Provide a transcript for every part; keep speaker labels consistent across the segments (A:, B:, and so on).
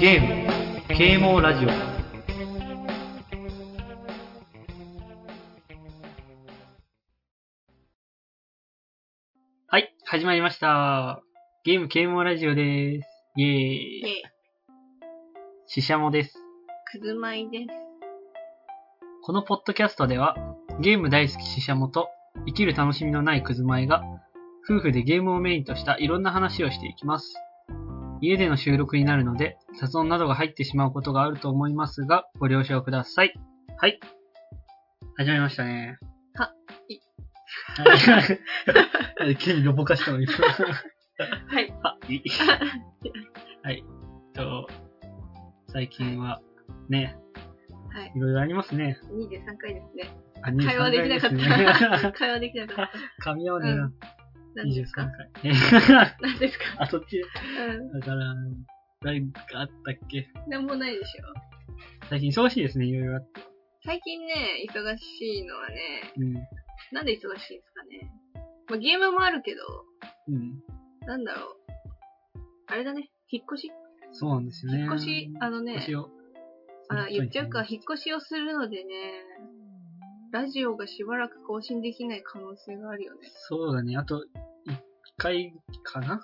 A: ゲーム、啓蒙ラジオ。はい、始まりました。ゲーム啓蒙ラジオです。イエーイ。
B: で、
A: ししゃもです。
B: くずまいです。
A: このポッドキャストでは、ゲーム大好きししゃもと、生きる楽しみのないくずまいが、夫婦でゲームをメインとしたいろんな話をしていきます。家での収録になるので、雑音などが入ってしまうことがあると思いますが、ご了承ください。はい。始まりましたね。
B: は、い
A: はい。 急にロボ化したのに。
B: はい。
A: あ、いい。はい。えっと、最近は、ね、
B: はい。
A: いろいろありますね。
B: 23回ですね。
A: あ
B: 会話できなか った。。会話できなかっ
A: 噛み合わねえな。
B: た。何
A: 23
B: ですか
A: 回。
B: 何ですか
A: あ、そっち。
B: う
A: だ
B: ん。
A: から、何かあったっけ
B: なんもないでしょ。
A: 最近忙しいですね、いろいろあって。
B: 最近ね、忙しいのはね、
A: うん。
B: なんで忙しいんですかね。まあ、ゲームもあるけど、
A: うん。
B: なんだろう。あれだね、引っ越し
A: そうなんですよね。
B: 引っ越し、あの
A: 引っ
B: ね
A: 越し、を。
B: あ、言っちゃうか、。引っ越しをするのでね、ラジオがしばらく更新できない可能性があるよね。
A: そうだね。あと、一回かな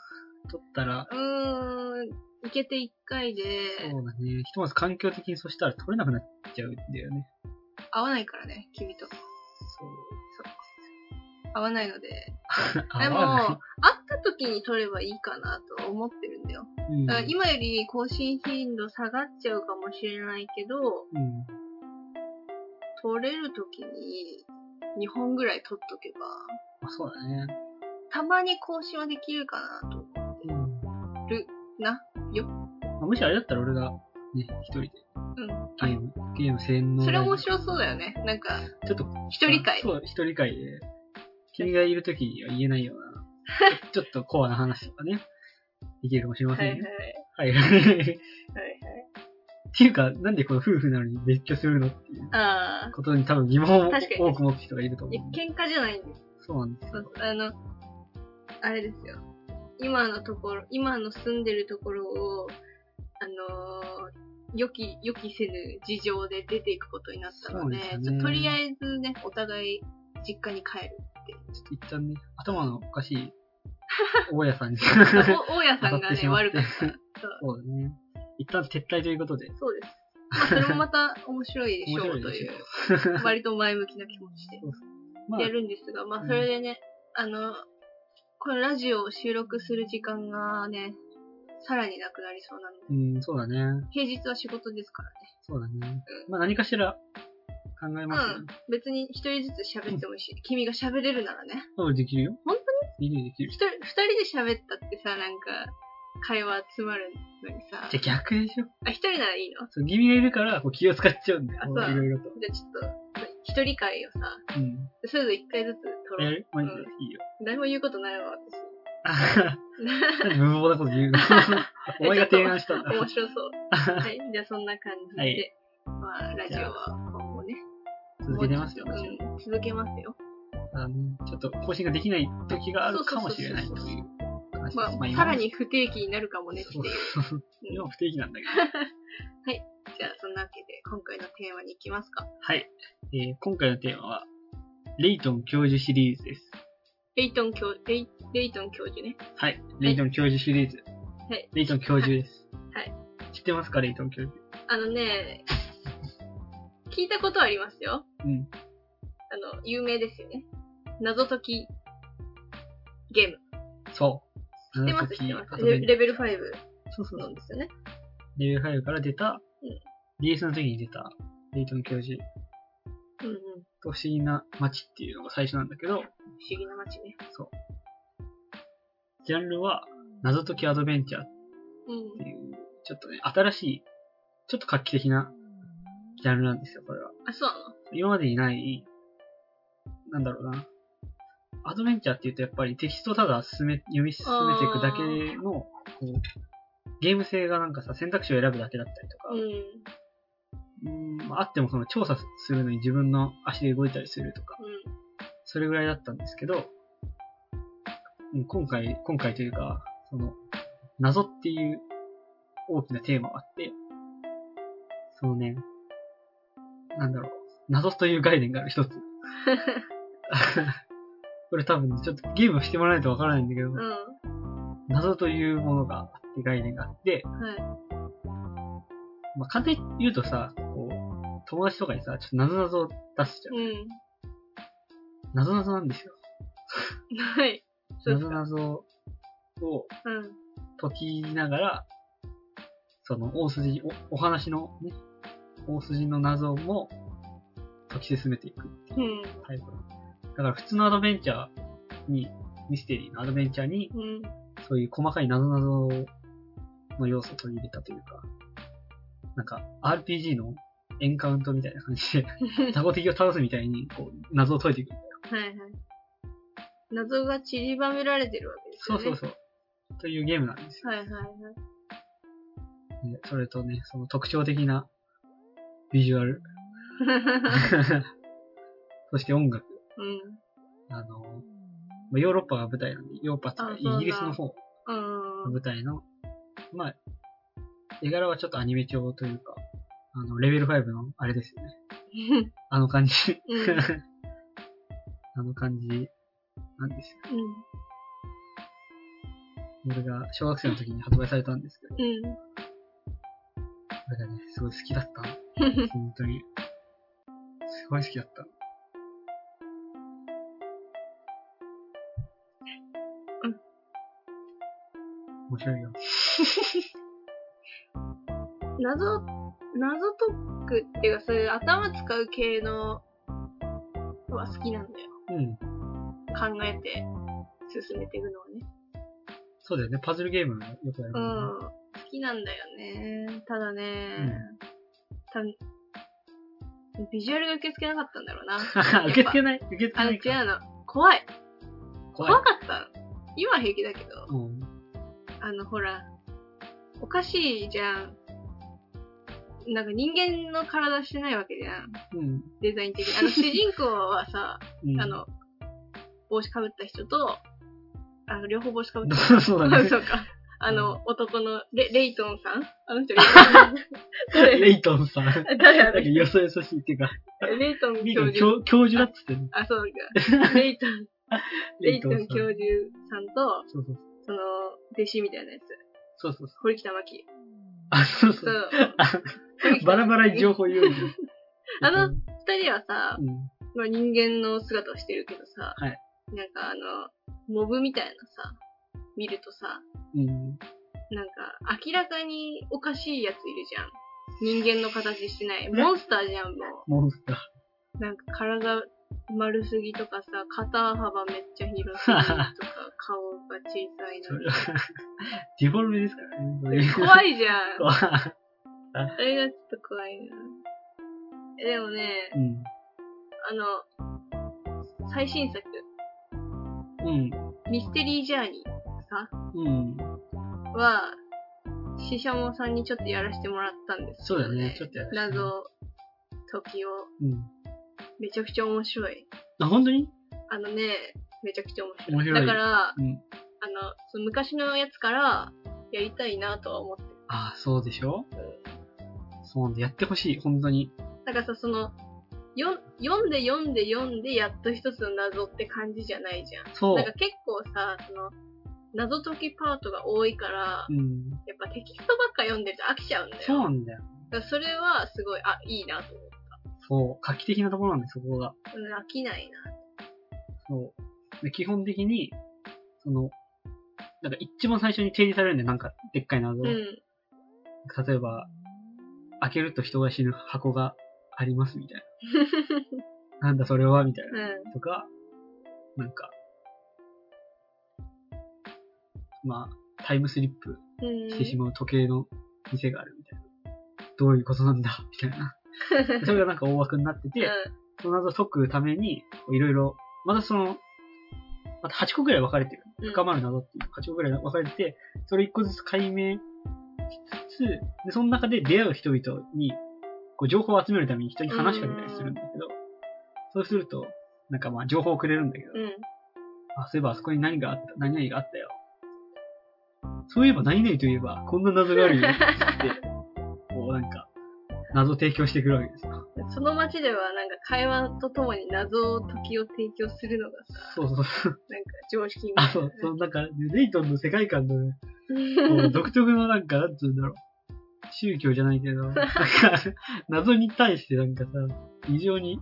A: 撮ったら、
B: うーん、いけて1回で、
A: そうだね。ひとまず環境的にそしたら撮れなくなっちゃうんだよね。
B: 合わないからね、君と。
A: そう。
B: 合わないので。で
A: 合
B: も、
A: わ
B: 会
A: な
B: った時に撮ればいいかなと思ってるんだよ。
A: い。うん
B: だから今より更新頻度下がっちゃうかもしれないけど、
A: うん。
B: 撮れる時に2本ぐらい撮っとけば、
A: あ、そうだね。
B: たまに更新はできるかなと。
A: うん。
B: な。
A: まあもしあれだったら俺が、ね、一人で
B: うん。
A: ゲーム、ゲーム洗脳
B: それ面
A: い。
B: 白そうだよね。なんか、
A: ちょっと、
B: 一人会。
A: そう、一人会で。君がいるときには言えないよう な、ちょちょっとコアな話とかね、できるかもしれま
B: はい
A: せ
B: はい
A: ん。はい。はい、
B: はい
A: っていうか、なんでこの夫婦なのに別居するのっていう
B: はい。ああ。
A: ことに多分疑問を
B: 確かに
A: 多く持つ人がいると思
B: いや
A: う。
B: 喧嘩じゃないんです。
A: そうなんです
B: そ
A: よ
B: う。あの、あれですよ。今のところ、今の住んでるところを、あのー予期、予期せぬ事情で出ていくことになったので、
A: そうです
B: ち
A: よね
B: ょとりあえずね、お互い実家に 帰る。
A: ちょっと一旦ね、頭のおかし い大家さんに。
B: お大家さん
A: 当
B: が
A: たってし
B: ね、
A: まって
B: 悪かった。そう
A: そうだね。一旦撤退ということで。
B: そうです。まあそれもまた面白いでしょう
A: 面
B: と
A: 白い
B: い
A: で
B: う、割と前向きな気持ちで
A: まあ
B: や、るんですが、まあそれでね、あの、このラジオを収録する時間がね、さらになくなりそうなので、
A: うん、そうだね。
B: 平日は仕事ですからね。
A: そうだね。まあ何かしら考えますよ、ね。
B: 別に一人ずつ喋ってもいいし、君が喋れるならね。
A: そう、できるよ。
B: 本
A: 当にできるできる
B: 一。人、二人で喋ったってさ、なんか、会話集まるのにさ
A: じ。ゃあ逆でしょ
B: あ、一人ならいいの
A: そう、君がいるからこう気を使っちゃうんだよ。
B: あ
A: こ
B: そう
A: ういろいろと。
B: じゃあちょっと、一人会をさ、
A: うん。
B: それぞれ一回ずつ撮
A: や
B: ろう。
A: るマジで、いいよ。
B: 何も言うことないわ、 私。
A: あははなんで無謀なこと言う のお前が提案したんだ。
B: 面 白そう。はい。じゃあそんな感じで、
A: はい
B: まあ、ラジオは今後ね。
A: 続けてますよ、
B: もう
A: もち
B: ち
A: ろ
B: ょ
A: ん
B: っとうん続けますよ。
A: あのちょっと更新ができない時があるかもしれないと
B: そうそう
A: いう話です。
B: まあ、
A: 今
B: さらに不定期になるかもねってい
A: そうう。
B: うん
A: 今は不定期なんだけど。
B: じゃあそんなわけで、今回のテーマに行きますか。
A: はい。えー今回のテーマは、レイトン教授シリーズです。
B: レイトン教、レイレイトン教授ね。
A: はい。レイトン教授シリーズ。
B: はい。
A: レイトン教授です。
B: はい。
A: 知ってますか、レイトン教授。
B: あのね、聞いたことありますよ。
A: うん。
B: あの、有名ですよね。謎解きゲーム。
A: そう。
B: 知ってます
A: 謎
B: 知
A: 解
B: っ
A: き
B: てま
A: 遊
B: す
A: べ
B: レ
A: る
B: レベル5
A: そうそうそ
B: の
A: う。
B: ですよね。
A: レベル5から出た、
B: うん
A: DS の時に出た、レイトン教授
B: うんうん。
A: と不思議な街っていうのが最初なんだけど、
B: 不思議な街ね。
A: ジャンルは、謎解きアドベンチャーっ
B: う
A: て
B: ん。
A: いう、ちょっとね、新しい、ちょっと画期的なジャンルなんですよ、これは。
B: あ、そうなの
A: 今までにない、なんだろうな。アドベンチャーって言うとやっぱりテキストをただ進め、読み進めていくだけの、こう、ゲーム性がなんかさ、選択肢を選ぶだけだったりとか、
B: うん。
A: うん、まああってもその調査するのに自分の足で動いたりするとか、
B: う
A: それぐらいだったんですけど、うん今回、今回というか、その、謎っていう大きなテーマがあって、そのね、なんだろう、謎という概念がある一つ。これ多分ちょっとゲームをしてもらわないとわからないんだけど、
B: ん。 うん。
A: 謎というものがあって概念があって、
B: はい。
A: まあ、簡単に言うとさ、こう、友達とかにさ、ちょっと謎々を出すじゃん。
B: うん。
A: 謎々なんですよ。
B: はい。そうです
A: 謎
B: か。
A: 々を、
B: うん。
A: 解きながら、その大筋、おお話のね、大筋の謎も解き進めていく
B: うん。
A: タイプ。だから普通のアドベンチャーに、ミステリーのアドベンチャーに、
B: うん。
A: そういう細かい謎々の要素を取り入れたというか、なんか RPG のエンカウントみたいな感じで、 雑魚敵を倒すみたいに、こう、謎を解いていく。
B: はいはい。謎が散りばめられてるわけです
A: そ
B: よ
A: う
B: ね。
A: そうそう。というゲームなんですよ。
B: はいはいはい。
A: ねそれとね、その特徴的なビジュア ル。そして音楽。
B: うん。
A: あの、まあヨーロッパが舞台なんで、ヨーロッパとか
B: あ
A: イ
B: そうだ
A: ギリスの方
B: う
A: が
B: ん。
A: 舞台の、まあ、絵柄はちょっとアニメ調というか、あの、レベル5のあれですよね。あの感じ。
B: うん
A: あの感じなんですよ。これが小学生の時に発売されたんですけど、こ
B: うん。
A: れがね、すごい好きだった。
B: うん。
A: 本当に。すごい好きだった。
B: うん。
A: 面白いよ。
B: 謎、謎解くっていうか、そういう頭使う系のは好きなんだよ。
A: うん。
B: 考えて進めていくのはね。
A: そうだよね。パズルゲームよくやる
B: う
A: もんね。
B: ん。好きなんだよね。ただね、たビジュアルが受け付けなかったんだろうな。
A: 受け付けない受け付け
B: あ
A: ない
B: の、違う
A: か。
B: の。怖い。
A: 怖い
B: 怖。かった。今は平気だけど、
A: うん。
B: あの、ほら、おかしいじゃん。なんか人間の体してないわけじゃん。
A: うん。
B: デザイン的に。あの、主人公はさ、
A: うん。
B: あ、の、帽子かぶった人と、あの、両方帽子かぶった人。
A: そうだね。
B: そうか。あの、男のレ、レイトンさん あの人が
A: レイトンさん。なんか
B: 誰あの人
A: よそよそしいっていうか、
B: レイトン
A: リー
B: 教
A: トン
B: 授。
A: 教教授だっつってね。
B: あ、そう か。レイトン、レイトン
A: さん
B: 教授さんと、
A: そうそう
B: その、弟子みたいなやつ。
A: そう。そうそうそう。
B: 堀北真希。
A: あ、そう
B: そ
A: そう。
B: う。
A: バラバラに情報言うんだよ
B: あの二人はさ
A: う、ん。
B: まあ、人間の姿をしてるけどさ、
A: はい
B: なんかあの、モブみたいなさ、見るとさ、
A: うん。
B: なんか明らかにおかしいやついるじゃん。人間の形してない。モンスターじゃん、も
A: モンスター。
B: う。なんか体丸すぎとかさ、肩幅めっちゃ広すぎとか、顔が小さい
A: そ
B: の
A: れはデフォルメですからね。そうい
B: に。
A: う
B: 怖いじゃん。
A: 怖い。
B: あれがちょっと怖いな。えでもね
A: う、ん。
B: あの、最新作、
A: うん。
B: ミステリージャーニーさ、
A: うん。
B: は、ししゃもさんにちょっとやらせてもらったんですけ
A: そう
B: ど、
A: だよね。ちょっとやらせて
B: 謎解きを、
A: うん。
B: めちゃくちゃ面白い。
A: あ、本当に
B: あのね、めちゃくちゃ面白い。
A: 面白い
B: だから、あ
A: うん。
B: の、その昔のやつから、やりたいなとは思ってる。
A: ああ、そうでしょそうなんで、やってほしい。本当に。
B: だからさ、その、よ読んで読んで読んで、やっと一つの謎って感じじゃないじゃん。
A: そ
B: なんか
A: う。
B: 結構さ、その、謎解きパートが多いから
A: う、ん。
B: やっぱテキストばっか読んでると飽きちゃうんだよ。
A: そうなんだよ。
B: だからそれはすごい、あ、いいなと思う。
A: そう。画期的なところなんで、そこが。
B: うん、飽きないな。
A: そう。で基本的に、その、なんか一番最初に提示されるんで、なんか、でっかい謎を。
B: うん。
A: 例えば、開けると人が死ぬ箱があります、みたいな。なんだそれはみたいな。
B: う
A: とか、なんか、まあ、タイムスリップ
B: ん。うん。
A: して しまう時計の店があるみたいな。どういうことなんだみたいな。それがなんか大枠になってて、その謎を解くために、いろいろ、またその、また8個ぐらい分かれてる。
B: うん。
A: 深まる謎っていう8個ぐらい分かれてて、それ1個ずつ解明しつつ、でその中で出会う人々に、こう情報を集めるために人に話しかけたりするんだけど、そうすると、なんかまあ情報をくれるんだけど、
B: うん。
A: あ、そういえばあそこに何があった、何々があったよ。そういえば何々といえば、こんな謎があ るよって言って、こうなんか、謎を提供してくるわけですよ。
B: その街ではなんか会話とともに謎を解きを提供するのがさ、
A: そうそうそう。
B: なんか常識みたいな。
A: あ、そう、そのなんか、レイトンの世界観のね、こう独特のなんか、なんつうんだろう。宗教じゃない けど、なんか、謎に対してなんかさ、異常に、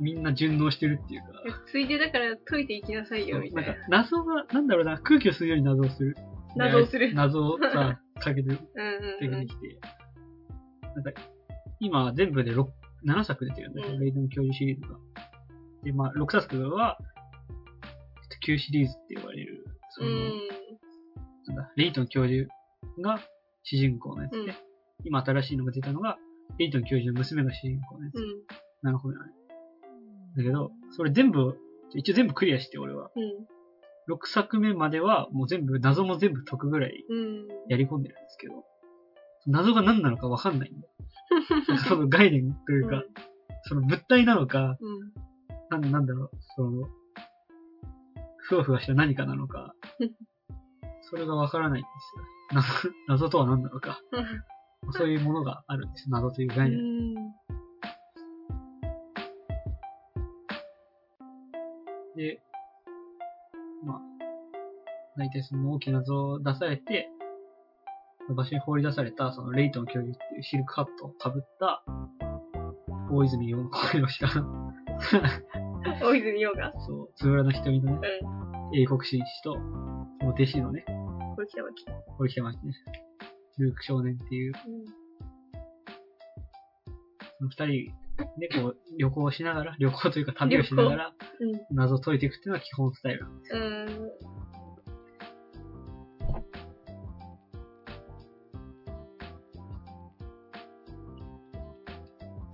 A: みんな順応してるっていうか、
B: ついでだから解いていきなさいよ、みた
A: ないん
B: な
A: か。謎が、なんだろうな、空気を吸うように謎をする。
B: 謎をする
A: で謎をさ、かけて
B: うん
A: 出
B: うんう
A: て
B: ん。
A: きて、なんか、今全部で6 7作出てるんだよ、
B: うん
A: レイドン教授シリーズが。で、まあ、6作は、旧シリーズって呼ばれる、その、
B: うん。
A: なんだ、レイトン教授が主人公のやつで、
B: うん
A: 今新しいのが出たのが、レイトン教授の娘が主人公のやつ。
B: うん。
A: なるほどね。だけど、それ全部、一応全部クリアして、俺は。
B: うん。
A: 6作目までは、もう全部、謎も全部解くぐらい
B: うん。
A: やり込んでるんですけど、謎が何なのかわかんないんだよ。その概念というか、その物体なのか、
B: うん。
A: なんなんだろう、その、ふわふわした何かなのか、それがわからないんですよ。謎、謎とは何なのか。そういうものがあるんです。謎という
B: う
A: 概念。
B: ん。
A: で、まあ、大体その大きな謎を出されて、場所に放り出された、そのレイトン教授っていうシルクハットを被った、大泉洋の声をした、
B: 大泉洋が。
A: そう、つぶらな瞳のね、
B: う
A: 英国紳士と、その弟子のね、
B: ん。こちらはき。
A: 堀北真希ね、ルーク少年っていう、
B: うん。
A: その二人でこう、旅行をしながら、旅行というか旅をしながら、
B: うん。
A: 謎を解いていくっていうのは基本スタイルなんですよ。
B: うん。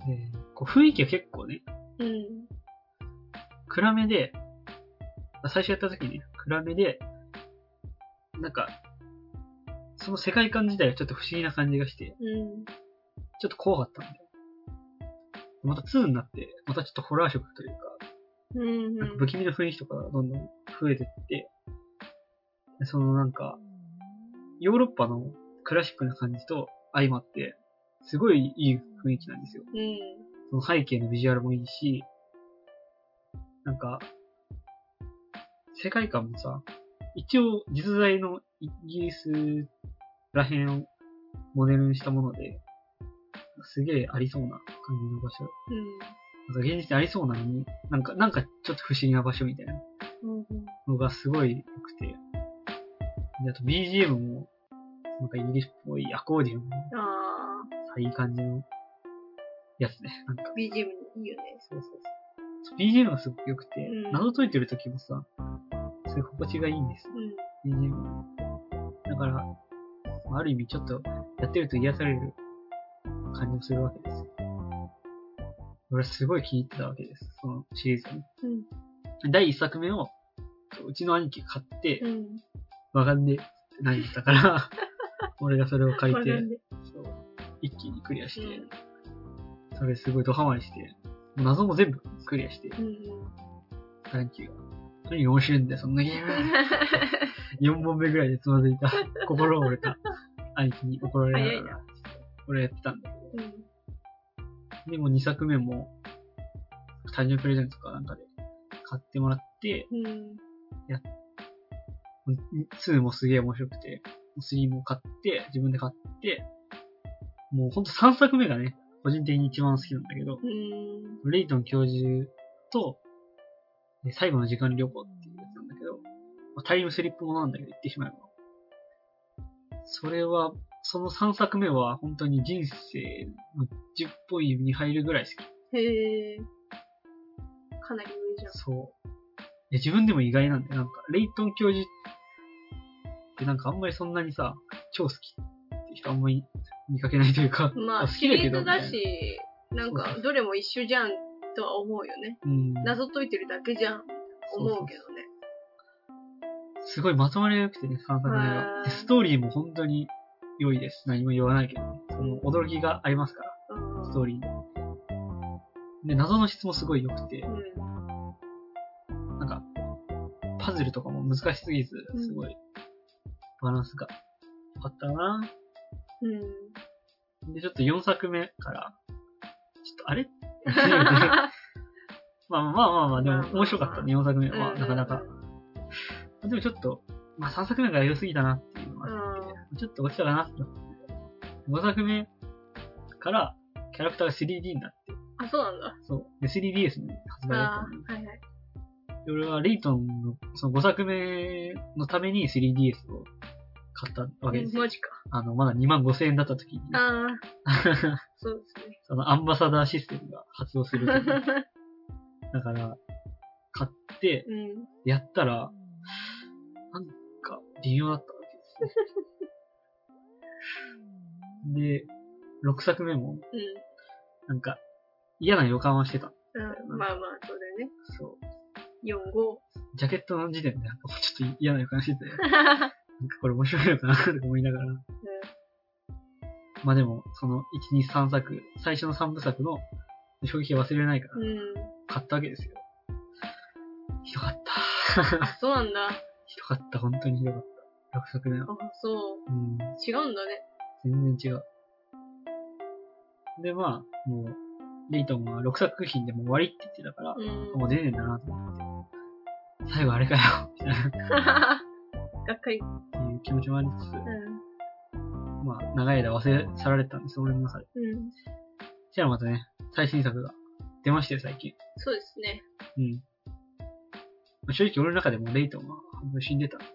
A: でこう雰囲気は結構ね、
B: うん。
A: 暗めで、あ最初やった時にね、暗めで、なんか、その世界観自体はちょっと不思議な感じがして、
B: うん。
A: ちょっと怖かったんだよ。また2になって、またちょっとホラー色というか、
B: うん。
A: なんか不気味な雰囲気とかがどんどん増えてって、でそのなんか、ヨーロッパのクラシックな感じと相まって、すごいいい雰囲気なんですよ。
B: うん。
A: その背景のビジュアルもいいし、なんか、世界観もさ、一応実在のイギリスらへんをモデルにしたもので、すげえありそうな感じの場所。
B: うん。
A: なんか現実にありそうなのに、なんか、なんかちょっと不思議な場所みたいな
B: うん。うん。
A: のがすごい良くて。で、あと BGM も、なんかイギリスっぽいアコーディオンの
B: あ
A: さいい感じのやつね。なんか
B: あ、BGM いいよね。
A: そうそうそう。BGM がすごく良くて、
B: うん
A: 謎解いてる時もさ、そういう心地がいいんですよ、
B: うん。
A: BGM が。だから、まあある意味ちょっと、やってると癒される感じもするわけですよ。俺はすごい気に入ってたわけです、そのシリーズに。
B: うん。
A: 第1作目を、うちの兄貴が買って、
B: うん。
A: わかんねえって何言った から、俺がそれを借り
B: 学
A: て
B: ん、で
A: そう一気にクリアして、
B: うん
A: それすごいドハマりして、もう謎も全部クリアして、
B: うんうん。
A: 短期が。とにかく面白いんだよ、そんなゲー ム。4本目ぐらいでつまずい た。心折れた。兄貴に怒られながら、俺やってたんだけ
B: うん。
A: ど。でも2作目も、誕生日プレゼントかなんかで買ってもらって、
B: うん。
A: 2もすげえ面白くて、3も買って、自分で買って、もうほんと3作目がね、個人的に一番好きなんだけど、
B: うん。
A: レイトン教授と、え最後の時間旅行っていうやつなんだけど、まあタイムスリップものなんだけど、言ってしまえば。それは、その3作目は本当に人生の10本指に入るぐらい好き。
B: へえ。かなり上じゃん。
A: そう。いや自分でも意外なんだよ。なんか、レイトン教授ってなんかあんまりそんなにさ、超好きって人あんまり見かけないというか、
B: まあ、
A: 好
B: シ
A: きだ
B: リ
A: け
B: ー
A: どみ
B: ズ
A: たい
B: だ
A: な
B: し、なん
A: そう
B: か
A: そ、
B: どれも一緒じゃんとは思うよね。
A: うん、
B: 謎解いてるだけじゃん、思うけどね。
A: すごいまとまりが良くてね、3作目が
B: へー
A: でストーリーも本当に良いです。何も言わないけどね。その驚きがありますから。ストーリー。で、謎の質もすごい良くて
B: う、ん。
A: なんか、パズルとかも難しすぎず、すごい、バランスがあったな。
B: うん。
A: で、ちょっと4作目から、ちょっと あれまあまあまあまあ、でも面白かったね、4作目は。なかなか。でもちょっと、まあ3作目が良すぎたなっていうのがあ
B: う
A: っ
B: ん。
A: て
B: うん。
A: ちょっと落ちたかなって5作目からキャラクターが 3D になって、
B: あ、そうなんだ。
A: そう。で、3DS に発売だ
B: あ
A: ったのね
B: あ、はいはい。
A: で俺はレイトンのその5作目のために 3DS を買ったわけですよ。
B: マジか。
A: あの、まだ2万5千円だった時に、
B: ああ、そうですね。
A: そのアンバサダーシステムが発動する時 に。だから、買って、
B: うん。
A: やったら、なんか微妙だったわけですよ。で、6作目も、なんか、嫌な予感はしてた。
B: うん。うん。まあまあ、そうだよね。
A: そ
B: 4、5。
A: う。ジャケットの時点で、なんかもうちょっと嫌な予感してて、なんかこれ面白いのかなって思いながら。まあでも、その、1、2、3作、最初の3部作の衝撃は忘れないか
B: う
A: ら、
B: ん。
A: 買ったわけですよ。ひどかった。
B: あ、そうなんだ。あ、
A: ひどかった、本当にひどかった。6作目は。
B: そう。
A: うん。
B: 違うんだね。
A: 全然違う。で、まあ、もう、レイトンは6作品でもう終わりって言ってたから、
B: うん。
A: もう出ねえんだなと思って。最後あれかよ、みたいな。
B: がっか
A: っ
B: り。
A: ていう気持ちもありつつ、
B: う
A: まあ、長い間忘れ去られてたんです、俺の中で。
B: ん。うん。
A: そしたらまたね、最新作が出まして、最近。
B: そうです ね。
A: うん。まあ正直俺の中でもレイトンは半分死んでたんで、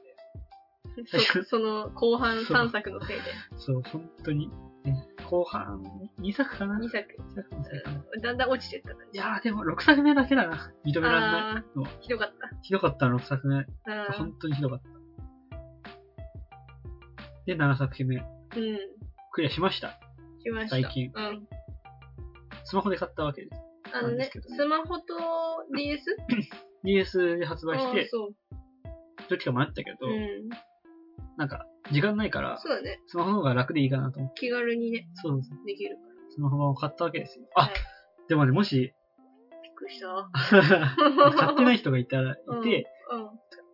B: そその後半3作の せいで。
A: そう、本当に、ね、後半、2作かな
B: 2作。
A: 2作のせいかな。
B: だんだん落ちてった感
A: い
B: じ。
A: やーでも6作目だけだな。認められない。
B: あ
A: そう
B: ーひどかった。
A: ひどかったの、6作目。
B: うん
A: 本当にひどかった。で、7作目。
B: う
A: クリアしました。
B: ん。しました。
A: 最近。
B: うん。
A: スマホで買ったわけです。
B: あの
A: なんで
B: ね
A: すけ、どね
B: スマホと DS?
A: DS で発売し
B: あー
A: て、
B: そう。
A: どっちか迷ったけど、
B: うん。
A: なんか、時間ないから、
B: そうだね。
A: スマホの方が楽でいいかなと思って。
B: 気軽にね、
A: そうです。
B: できるか
A: スマホ版を買ったわけですよ。
B: ら。
A: あ
B: はい、
A: でもね、も し、
B: びっくりした。
A: 買ってない
B: い
A: 人がいたら、いて、
B: うん。うん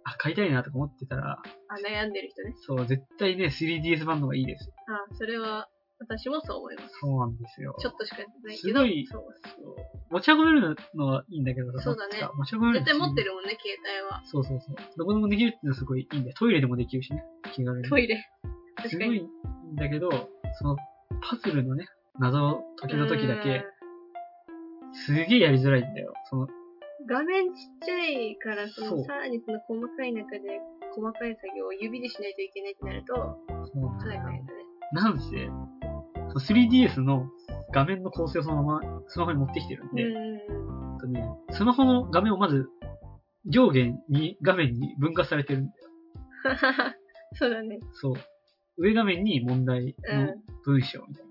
A: あ、買いたいなとか思ってたら、
B: あ、悩んでる人ね。
A: そう、絶対ね、3DS 版の方がいいです。
B: あ、それは、私もそう思います。
A: そうなんですよ。
B: ちょっとしかやってないけ
A: す
B: ど。
A: ごい
B: そう。
A: そう持ち運べるのはいいんだけどさ、
B: そうだね
A: なんか持ち運べる
B: 絶対持って
A: る。
B: るもんね、携帯は。
A: そうそうそう。どこでもできるっていうのはすごいいいんだよ。トイレでもできるしね。気軽に。
B: トイレ。
A: す
B: 確
A: ご
B: か
A: い
B: に。
A: いいんだけど、その、パズルのね、謎を解きの時だけ、すげえやりづらいんだよ。その、
B: うん。画面ちっちゃいから、そ
A: そう
B: の、さらにその細かい中で、細かい作業を指でしないといけないってなると、
A: その
B: かなり大変だね。
A: なんせ、その 3DS の画面の構成をそのままスマホに持ってきてるんで、
B: うん。
A: え っとね、スマホの画面をまず上下に画面に分割されてるんだよ。
B: そうだね。
A: そう。上画面に問題
B: う
A: の
B: ん。
A: 文章みたいな。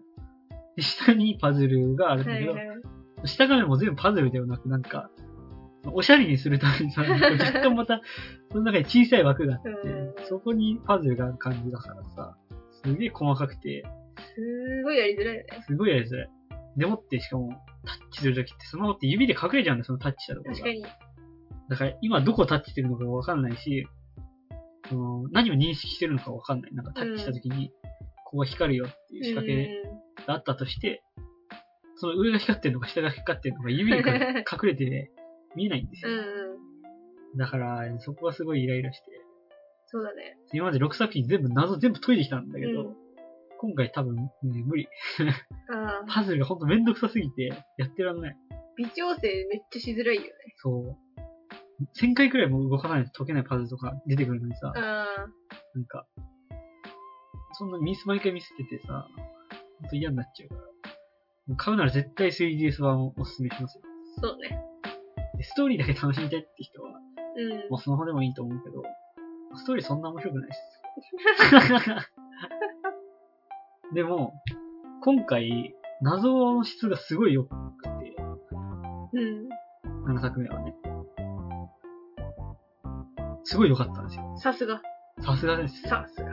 A: で下にパズルがあるんだ
B: は
A: け
B: い
A: ど、
B: はい。
A: 下画面も全部パズルではなく、なんか、おしゃれにするためにさ、若干また、その中に小さい枠があって
B: うん、
A: そこにパズルがある感じだからさ、すげえ細かくて、
B: すごいやりづらいよね。
A: すごいやりづらい。でもって、しかも、タッチするときって、スマホって指で隠れちゃうんだよ、そのタッチしたところ
B: 確
A: が
B: か。に。
A: だから、今どこタッチしてるのかわかんないし、その、何を認識してるのかわかんない。なんかタッチしたときに、ここが光るよっていう仕掛けがあったとして、その上が光ってるのか下が光ってるのか、指で 隠隠れて、ね、見えないんです
B: うん。
A: よ。
B: うんうん。
A: だから、そこがすごいイライラして、
B: そうだね。
A: 今まで6作品全部謎全部解いてきたんだけど、
B: うん
A: 今回多分、ね、無理。
B: ああ。
A: パズルがほんとめんどくさすぎて、やってらんない。
B: 微調整めっちゃしづらいよね。
A: そう。1000回くらいも動かないと解けないパズルとか出てくるのにさ、
B: ああ。
A: なんか、そんなミス毎回ミスっててさ、ほんと嫌になっちゃうから。もう買うなら絶対 3DS 版をおすすめしますよ。
B: そうね。
A: でストーリーだけ楽しみたいって人は、
B: うん。
A: もうスマホでもいいと思うけど、ストーリーそんな面白くないっす。でも、今回、謎の質がすごい良くて、
B: うん。
A: 7作目はね。すごい良かったんですよ。
B: さすが。
A: さすがです。
B: さすが。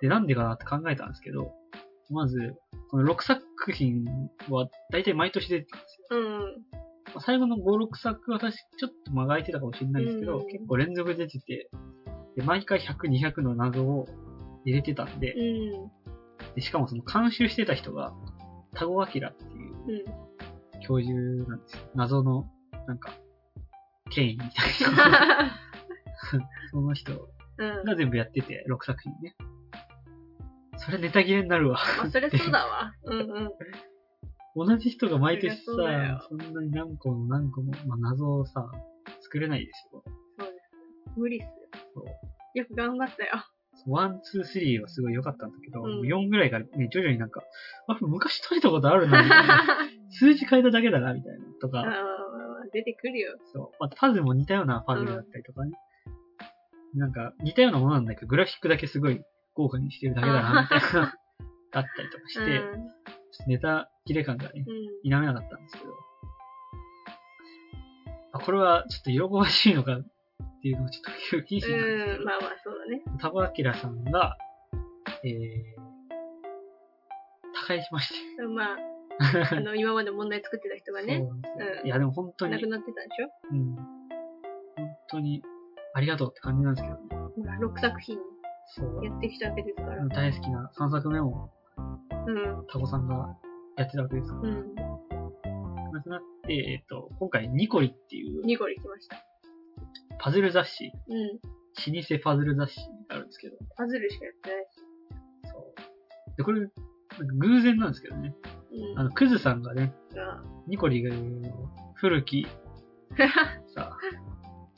A: で、なんでかなって考えたんですけど、まず、この6作品は大体毎年出てたんですよ。
B: うん。
A: まあ最後の5、6作は私ちょっと間が空いてたかもしれないんですけど、
B: うん
A: 結構連続で出てて、で毎回100、200の謎を入れてたんで、
B: うん。
A: でしかもその監修してた人が、タゴアキラっていう
B: うん。
A: 教授なんですよ。謎の、なんか、権威みたい な。その人
B: うん。
A: が全部やってて、6作品ね。それネタ切れになるわ。
B: まあ、そりゃそうだわ。うんうん。
A: 同じ人が毎年さ
B: そりゃそうだよ、
A: そんなに何個も何個も、まあ、謎をさ、作れないですよ。
B: そうです。無理っすよ。
A: そう
B: よく頑張ったよ。
A: ワン、ツー、スリーはすごい良かったんだけど、
B: うん
A: 4ぐらいからね、徐々になんか、あ、昔解いたことあるな、みたい な。数字変えただけだな、みたいな。と
B: あーま
A: か、
B: あまあ出てくるよ。
A: そう。まあ、パズルも似たようなパズルだったりとかね。なんか、似たようなものなんだけど、グラフィックだけすごい豪華にしてるだけだな、みたい な。だったりとかして、
B: うん。
A: ちょっとネタ切れ感がね、否めなかったんですけど。あこれはちょっと色恋しいのかっていうのをちょっと気にし
B: う
A: てたんですけど
B: ん。うん。まあまあ、そうだね。
A: タバアキラさんが、えー、他界しまし
B: まあ、あの、今まで問題作ってた人が
A: た。
B: ね
A: そ、うなんですよ
B: うん
A: いや、でも本当に
B: 亡、くなってたんでしょ
A: うん、本当に、ありがとうって感じなんですけどね。
B: ほら、6作品
A: そう。
B: やってきたわけですから。
A: 大好きな3作目も
B: うん。
A: タコさんがやってたわけですから、
B: うん。
A: 亡くなって、えっ、と、今回ニコリっていう
B: 2個で来ました。
A: パズル雑誌、
B: うん。
A: 老舗パズル雑誌があるんですけど、
B: パズルしかやってない
A: そう。で、これ、なんか偶然なんですけどね。
B: し。うん。
A: あの、クズさんがね、
B: が
A: ニコリが古きさ、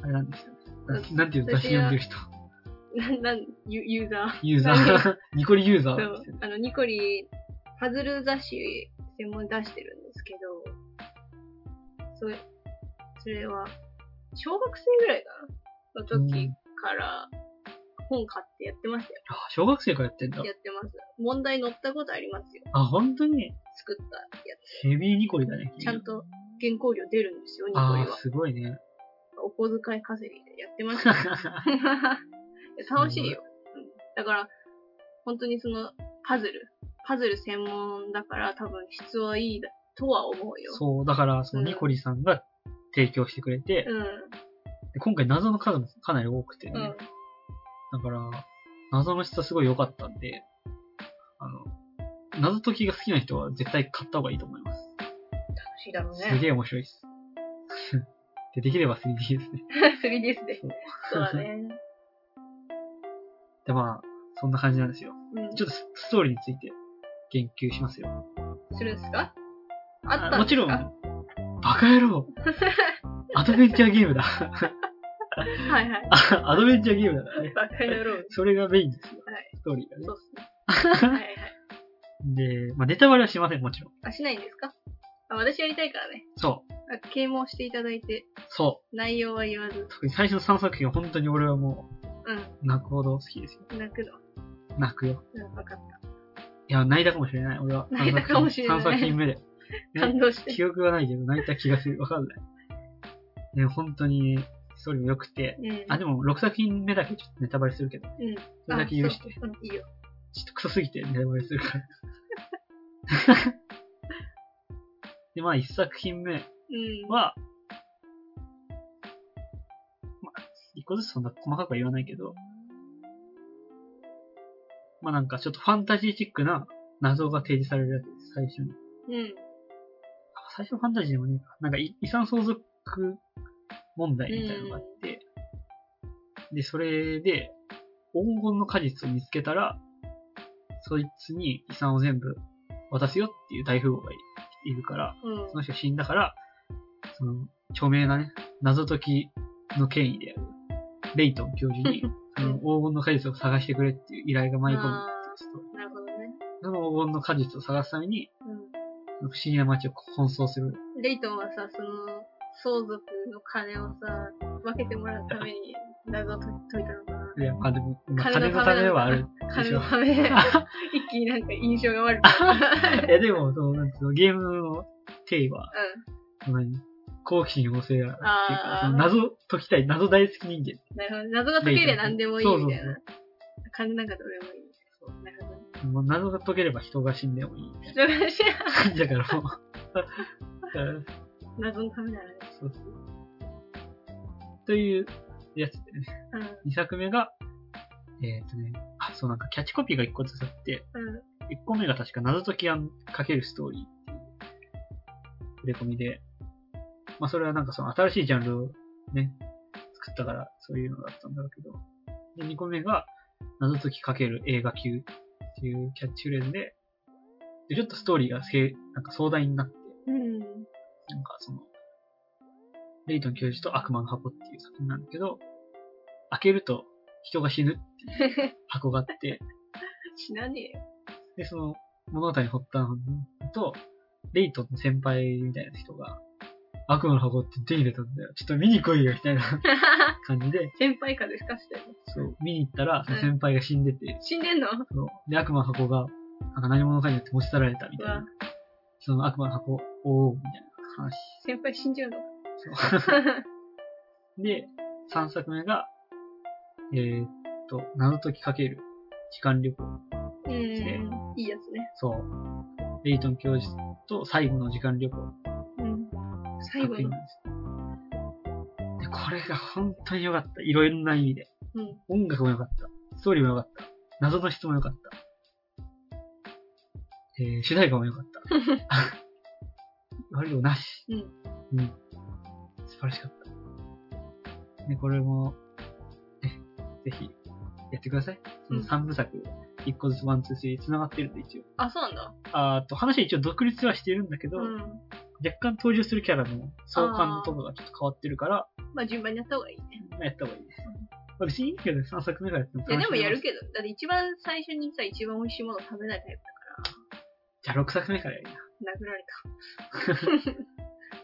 A: あれなんですよ。ななんていう雑誌読んでる人。
B: なん、なん、ユユーザー。
A: ユーザー。 ニコリユーザー
B: そ
A: なん
B: う
A: ですよ。
B: あの、ニコリ、パズル雑誌専門に出してるんですけど、それ、それは、小学生ぐらいかなの
A: う
B: 時
A: ん
B: から、本買ってやってました
A: あ小学生からやってんだ
B: よ。。やってます。問題載ったことありますよ。
A: あ、本当に
B: 作ったや
A: ヘビーニコリだね。
B: つ。ちゃんと原稿料出るんですよ、ニコリ
A: あ
B: は
A: ー、。すごいね。
B: お小遣い稼ぎでやってましたよ。 楽しいよ。うんだから、本当にその、パズル。パズル専門だから多分質はいいだとは思うよ。
A: そう、だから、そのニコリさんが提供してくれて、
B: うん。
A: で今回謎の数もかなり多くてね。
B: うん。
A: だから、謎の質はすごい良かったんで、あの、謎解きが好きな人は絶対買った方がいいと思います。
B: 楽しいだろう
A: す
B: ね。
A: げえ面白いです。 でできれば 3D ですね。
B: 3DS で。そうだね。
A: で、まあ、そんな感じなんですよ。
B: うん。
A: ちょっとスストーリーについて言及しますよ。
B: するんすかあった
A: あもちろん、
B: は
A: バカ野 郎アドベンチャーゲームだ。
B: いはい。
A: あアドベンチャーゲームだからね。
B: バカ野郎。
A: それがメインですよ。
B: はい
A: ストーリーがね
B: そうっすね。はいはい。
A: で、まあ、ネタバレはしません、もちろん。
B: あ、しないんですかあ、私やりたいからね。
A: そ
B: あ啓蒙していただいて、
A: う。そ
B: 内容は言わず
A: う。。特に最初の3作品は本当に俺はも
B: う
A: う、泣くほど好きですよ。
B: ん。泣くの。
A: 泣くよ。
B: うん、わかった。
A: いや、泣いたかもしれない、俺は。
B: 泣いたかもしれない
A: 3作品目で。ね
B: 感動して。
A: 記憶がないけど、泣いた気がする。わかんない。ね、本当に、ストーリーも良くて。
B: うん。
A: あ、でも、6作品目だけちょっとネタバレするけど、
B: うん。
A: それだけ許して。ちょ
B: あ。そううんいいよ。
A: っとクソすぎてネタバレするから。で、まあ、1作品目
B: うん。
A: は、まあ、一個ずつそんな細かくは言わないけど、まあなんかちょっとファンタジーチックな謎が提示されるやつです、最初に。
B: うん。
A: あ最初のファンタジーでもねえか、なんかい遺産相続問題みたいなのがあって、で、それで、黄金の果実を見つけたら、そいつに遺産を全部渡すよっていう大富豪がいいるから、
B: うん
A: その人が死んだから、その、著名なね、謎解きの権威である、レイトン教授に、その黄金の果実を探してくれっていう依頼が舞い込むんですと。
B: なるほどね。
A: その黄金の果実を探すために、不
B: う
A: 思議な街を奔走する
B: ん。レイトンはさ、その、相続の金をさ、分けてもらうために謎を解解いたのかな。
A: いや、まあでも、まあ金
B: 金
A: の
B: の
A: た
B: た
A: め
B: め
A: はあ るで
B: 金
A: しょ
B: の。ため、一気になんか印象が悪くなる。
A: いや、でも、その、なんつうの、ゲームの定義は、その何好奇心旺盛だっていうか
B: あ、ー
A: その謎解きたい、謎大好き人間。
B: うん。なるほど。謎が解けりゃ何でもいいみたい
A: そう
B: な。金なんかどうでもいい。なるほどね。
A: もう謎が解ければ人が死んでもいいみたい
B: 人が知らん
A: な。だ からもうだから、
B: 謎のためならね。
A: そうそう。というやつでね。
B: うん。
A: 2作目が、えっ、とね、あ、そうなんかキャッチコピーが1個ずつあって、
B: うん。
A: 1個目が確か謎解き案かけるストーリーっていう触れ込みで、まあそれはなんかその新しいジャンルをね、作ったからそういうのだったんだろうけど、で、2個目が謎解きかける映画級っていうキャッチフレーズで、で、ちょっとストーリーがせなんか壮大になって、
B: うん。
A: なんかその、レイトン教授と悪魔の箱っていう作品なんだけど、開けると人が死ぬっていう箱があって、
B: 死なねえよ。
A: で、その物語の発端と、レイトンの先輩みたいな人が、悪魔の箱って手に入れたんだよ。ちょっと見に来いよみたいな 感じで、
B: 先輩風吹かしてる。
A: そう、見に行ったら、その先輩が死んでて、
B: 死んでんのう
A: そうで、悪魔の箱が、なんか何者かによって持ち去られたみたい
B: わ
A: な。。その悪魔の箱、おー、みたいな話。
B: 先輩死んじゃうのか。
A: そうで、3作目が、えーっと、謎解きかける時間旅行。
B: うん。いいやつね。
A: そう。レイトン教授と最後の時間旅行。
B: うん。最後
A: 作品
B: の。
A: なんです。で、これが本当に良かった。いろいろな意味で。
B: うん。
A: 音楽も良かった。ストーリーも良かった。謎の質も良かった。えー、主題歌も良かった。悪いよなし。
B: うん。
A: うん。素晴らしかった。ね、これも、ね、ぜひ、やってください。その
B: うん
A: 3部作、1個ずつワン、ツー、スリー繋がってるんで、一応。
B: あ、そうなんだ。
A: あーと、話は一応独立はしてるんだけど、
B: うん。
A: 若干登場するキャラの相関とかがちょっと変わってるから、
B: まあ順番にやった方がいいね。
A: やった方がいいです。まあ別にいいけどね、3作目からやっても
B: いや、でもやる
A: け
B: けど、だって一番最初にさ、一番美味しいもの食べないタイプ
A: じゃあ6作目からやる
B: だから、殴られた。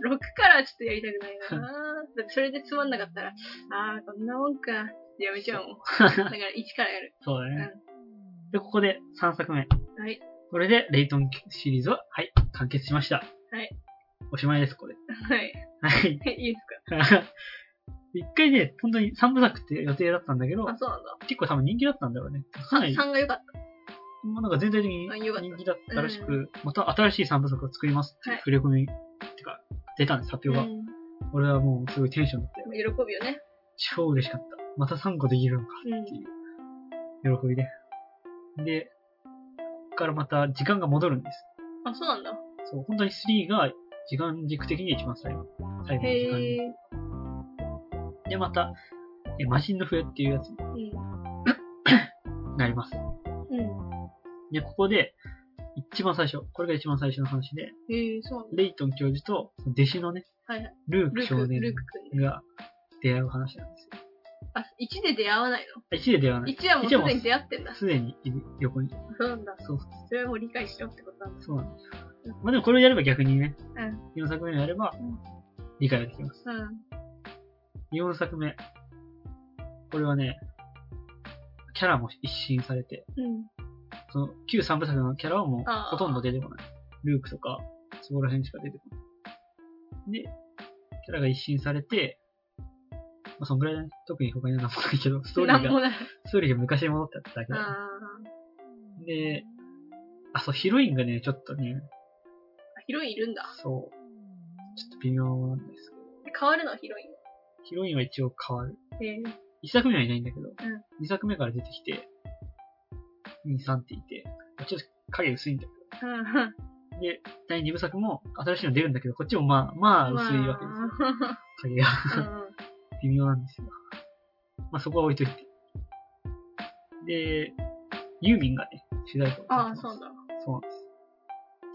B: 6からちょっとやりたくないなぁだってそれでつまんなかったら、あー、こんなもんか。ってやめちゃうもん。だ
A: な。
B: から1からやる。
A: そうだね。で、ここで3作目。
B: はい。
A: これで、レイトンシリーズは、はい、完結しました。
B: はい。
A: おしまいです、これ。
B: はい。
A: はい。
B: いいで
A: 一回ね、本当に3部作って予定だったんだけど
B: すかあ、、そうなんだ。
A: 結構多分人気だったんだろうね。かなり、
B: 3が良かった。
A: まあなんか全体的に
B: あよかった
A: 人気だったらしく、また新しい3部作を作りますっていう触れ込み、てか、出たんです、発
B: うん
A: 表が。。俺はもうすごいテンションだって、
B: 喜ぶよね。
A: 超嬉しかった。また3個できるのか
B: うん
A: っていう、喜びで。で、ここからまた時間が戻るんです。
B: あ、そうなんだ。
A: そう、本当に3が時間軸的に一番最後。最後の時間
B: へ
A: に。
B: え。
A: で、また、えマシンの笛っていうやつに
B: うん。
A: なります。
B: うん。
A: で、ここで、一番最初、これが一番最初の話で、
B: へえ、そうなんだ。
A: レイトン教授と弟子のね、
B: はいはい。
A: ルーク
B: ルー
A: 少
B: ク、ル
A: 年
B: ークくんね。
A: が出会う話なんですよ。
B: あ、1で出会わない
A: 1で出会わ
B: の
A: ない。
B: ?1 はもうすでに出会ってんだ。
A: すでにいる横に。
B: そうなんだ。
A: そうそう
B: それはもう理解しろってことなんだ。
A: そうなんですよ。まあでもこれをやれば逆にね、
B: うん
A: 4作目をやれば
B: うん
A: 理解ができます。
B: うん。
A: 4作目。これはね、キャラも一新されて、
B: うん。
A: その旧3部作のキャラはもう
B: あー
A: ほとんど出てこない。ルークとか、そこら辺しか出てこない。で、キャラが一新されて、まあ、そんぐらいだね。特に他には何もないけ ど、ストーリ
B: なん
A: ー
B: も
A: が、
B: ない。
A: ストーリーが昔に戻ってただけだね、
B: あ
A: で、あ、そう、ヒロインがね、ちょっとね、
B: ーヒロインいるんだ。
A: そう、ちょっと微妙なんですけど、
B: 変わるの、ヒロイン。
A: ヒロインは一応変わる。
B: えー、
A: 1作目はいないんだけど、2作目から出てきて、2、3っていて、ちょっと影薄いんだけ
B: うん。
A: ど。で、第2部作も新しいの出るんだけど、こっちもまあ、まあ薄いわけですよ。影が微妙なんですよ。まあそこは置いといて。で、ユーミンがね、主題歌を歌
B: あ
A: って
B: あ、
A: ます
B: そうだ。
A: そうなんです。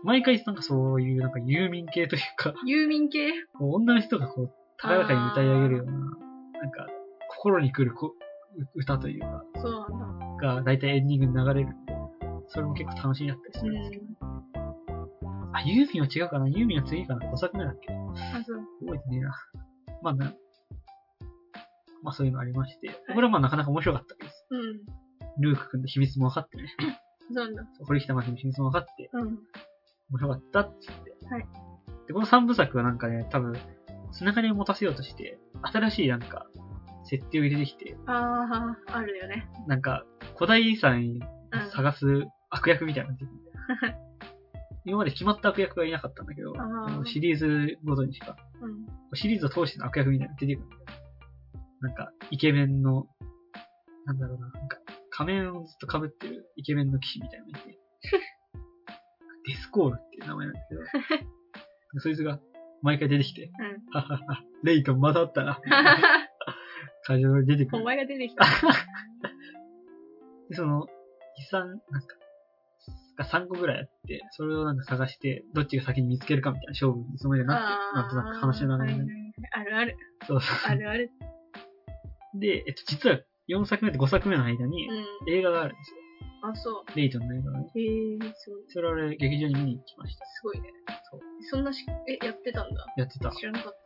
A: 毎回なんかそういうなんかユーミン系というか、
B: 郵便系
A: こう女の人がこう、高らかに歌い上げるような、なんか、心に来るこう歌というか、
B: そうなんだ。
A: が大体エンディングに流れるんで、それも結構楽しみだったりす
B: う
A: るんですけ
B: ん。
A: ど。あ、ユーミンは違うかなユーミンは次かな ?5 作目だっけ
B: あ、そう。
A: 覚えてねえな。まあな、まあそういうのありまして、これはまあなかなか面白かったです。
B: うん。
A: ルーク君の秘密も分かってね、
B: そうなんだ。
A: 堀北真希の秘密も分かって、
B: うん。
A: 面白かったっつって。
B: はい。
A: で、この3部作はなんかね、多分、つながりを持たせようとして、新しいなんか、設定を入れてきて、
B: ああ、あるよね。
A: なんか、古代遺産
B: うん。
A: 探す悪役みたいな感じ。今まで決まった悪役がいなかったんだけど、
B: あー
A: あのシリーズごとにしか、
B: うん。
A: シリーズを通しての悪役みたいなのが出てくるんだよ。なんか、イケメンの、なんだろうな、なんか、仮面をずっと被ってるイケメンの騎士みたいなのがい て、デスコールっていう名前なんだけど、 そいつが毎回出てきて、
B: うん。
A: はははレイとまた会った な、みたいな感じで出てく
B: お
A: る。
B: 前が出て きた。
A: で、その、遺産、なんか、が3個ぐらいあって、それをなんか探して、どっちが先に見つけるかみたいな勝負にそのようになって、なんとなく話の流れ
B: あ
A: で
B: ーはいはい。あるある。
A: そうそう
B: あるある。
A: で、えっと、実は4作目と5作目の間に
B: う
A: 映画があるんですよ。
B: ん。あ、そう。
A: レイトンの映画がね。
B: へえー、すごい。
A: それを俺、劇場に見に行きました。
B: すごいね。
A: そう
B: そんなし、え、やってたんだ。
A: やってた。
B: 知らなかっ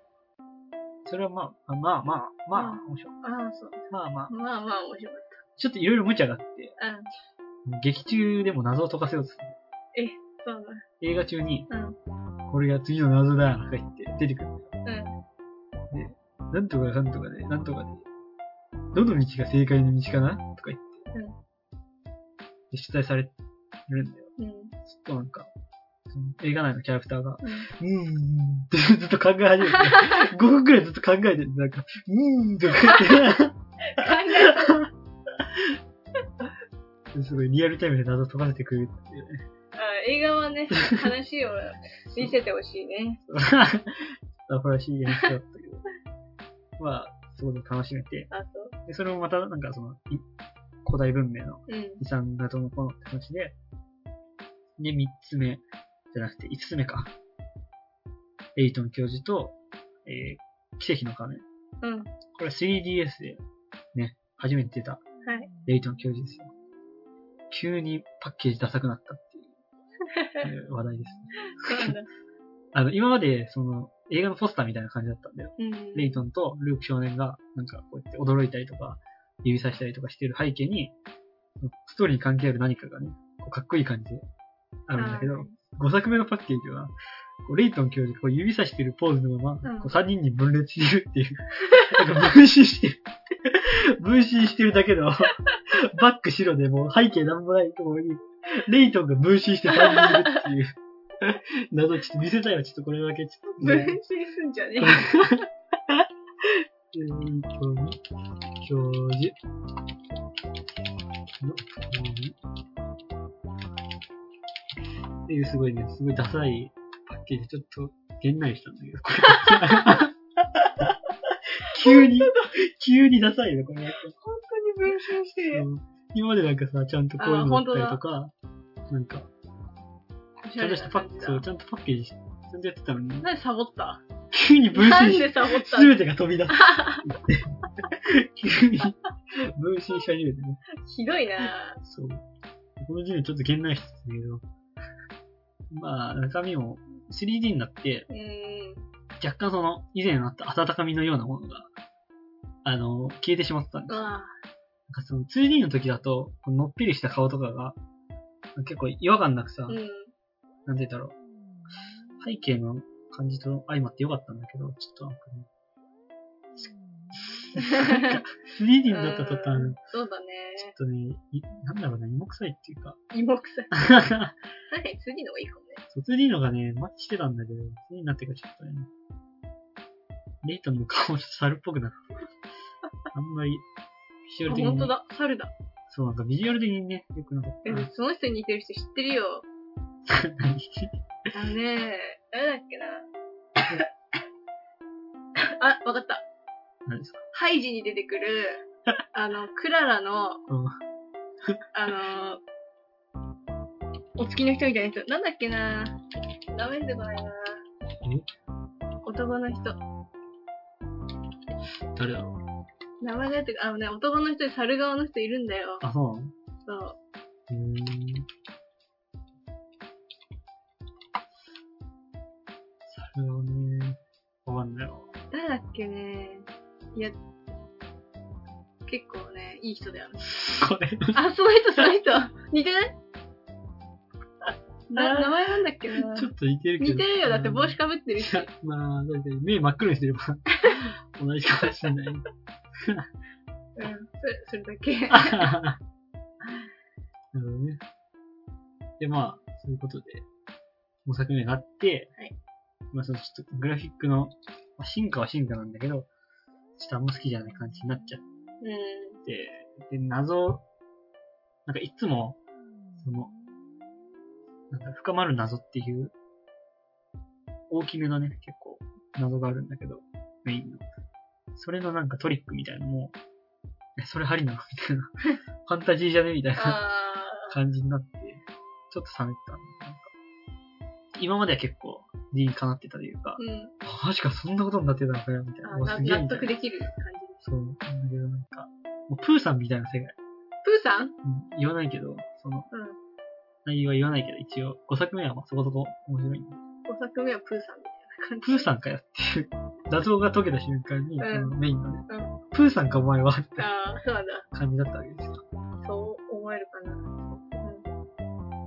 B: た。
A: それはまあ、まあまあ、まあ、面白い。
B: ああ、そう。
A: まあまあ、
B: まあまあ面白かっ
A: ちょっといろいろ無茶があって、
B: た。うん。
A: 劇中でも謎を解かせようとする。
B: え、そう
A: 映画中に、
B: だ。うん。
A: これが次の謎だ、とか言って出てくるんだよ。
B: うん。
A: なんとかかんとかで、なんとかで、どの道が正解の道かなとか言って、
B: うん
A: で出題されるんだよ。
B: うん。
A: ずっとなんか、その映画内のキャラクターが、
B: うん
A: う ーんってずっと考え始めて、5分くらいずっと考えてる。なんか、うーんとか言って、
B: 考えた
A: すごいリアルタイムで謎解かせてくれるっていうね。
B: あ映画はね、話を見せてほしいね。
A: アホらしい演出だったけど。まあ、すごく楽しめて。
B: あ、そう。
A: で、それもまたなんかその、い古代文明の
B: うん。
A: 遺産がどうのこうのって話で、で、三つ目じゃなくて五つ目か。エイトン教授と、えー、奇跡の仮面。
B: うん。
A: これ 3DS で、ね、初めて出た
B: はい。
A: レイトン教授ですよ。急にパッケージダサくなったって いうえー話題ですね。
B: そうなんだ。
A: あの、今まで、その、映画のポスターみたいな感じだったんだよ。
B: うん。
A: レイトンとルーク少年が、なんかこうやって驚いたりとか、指さしたりとかしてる背景に、ストーリーに関係ある何かがね、こうかっこいい感じであるんだけど、5作目のパッケージは、こうレイトン教授がこう指さしてるポーズのまま、
B: うん
A: こう3人に分裂してるっていう。なんか分身してる。 分身してるだけの、バック白でもう背景なんもないところに、レイトンが分身して3人いるっていう。謎ちょっと見せたいわ、ちょっとこれだ け。ちょっと
B: 分身すんじゃねえよ。
A: レイトン教授のっていうすごいね、すごいダサいパッケージ、ちょっと、げんなりしたんだけど、これ。急に、急にダサいよ、これ。
B: 本当に分身してるよ。
A: 今までなんかさ、ちゃんとこういうのだったりとか、なんか、
B: おし
A: ち
B: ゃ
A: ゃんと
B: れ
A: した
B: な
A: パ
B: 感じ
A: ッ、そう、
B: だ。
A: ちゃんとパッケージ、ちゃんとやってたの に、
B: なんでサボった
A: 急に分
B: な
A: 身
B: ん
A: して
B: でサボった
A: すべてが飛び出す。急に、分身し始めてね。
B: ひどいな
A: そう。この時点でちょっと現代室ですけど、まあ、中身も 3D になって、
B: ぁ。うん。
A: 若干その、以前あった温かみのようなものが、あの、消えてしまってたんですよ。なん
B: あ
A: かその 2D の時だと、こののっぺりした顔とかが、結構違和感なくさ、
B: あ。 うん。
A: なんて言ったろう。背景の感じと相まって良かったんだけど、ちょっとなんかね、3D になった途端、
B: うんそうだ
A: ちょっ
B: ね。
A: とね、いなんだろうな、芋臭いっていうか、
B: 芋臭い。確かに次の方がいいかもね。
A: そう 2D のがね、マッチしてたんだけど、2D になってからちょっとね、レイトンの顔ちょっと猿っぽくなって、 あんまり、ビジュアル
B: あ、
A: 的に、
B: 本当だ。猿だ。
A: そう、なんかビジュアル的にね、良くなかっ
B: え
A: たな。
B: その人に似てる人知ってるよ。
A: 何
B: あのね誰だっ けな。あ、わかった。
A: 何ですか
B: ハイジに出てくる、あの、クララの、
A: うん
B: あの、お付きの人みたいな人、なんだっけなダメでこないな男の人。
A: 誰だろう
B: 名前がやってあのね、男の人で猿顔の人いるんだよ。
A: あ、そうなの
B: そう。
A: うーん。猿はね、わかんないわ。
B: 誰だっけねいや、結構ね、いい人だよね。
A: これ、
B: あ、その人、その人。似てないな名前なんだっけな
A: ちょっと似てるけど。
B: 似てるよ。だって帽子かぶっ てるし。
A: まあ、だいたい目真っ黒にす れば、同じかもしれない。
B: うん、それ、それだけ。
A: なるほどね。で、まあ、そういうことで、5作目があって、
B: はい
A: まあ、そのちょっとグラフィックの、まあ、進化は進化なんだけど、ちょっとあんま好きじゃない感じになっちゃっ
B: う
A: て、で、謎、なんかいつも、その、なんか深まる謎っていう、大きめのね、結構、謎があるんだけど、メインの。それのなんかトリックみたいなのも、え、それ針なの みたい な。ファンタジーじゃねみたい
B: ん。
A: な。
B: あ
A: 感じになって、ちょっと冷めてたんだなんか今までは結構、理にかなってたというか
B: ー、、うん。
A: あマジか、そんなことになってたのかよ、みたいな。
B: あ
A: もう
B: ーな
A: すげえ
B: 納
A: みたい
B: 得
A: な。
B: できる感じ。
A: そう。なんだけど、なんか、もうプーさんみたいな世界。
B: プーさ
A: う
B: ん
A: ん言わないけど、その、
B: うん
A: 内容は言わないけど、一応、5作目はまあそこそこ面白いんで。
B: 5作目はプーさんみたいな感じ。
A: プーさんかよっていう、 謎が解けた瞬間に、
B: うん
A: そのメインのね、
B: う
A: プーさんかお前はって
B: ああ、そうなんだ。
A: 感じだったわけですよ。
B: そう思えるかな。うん。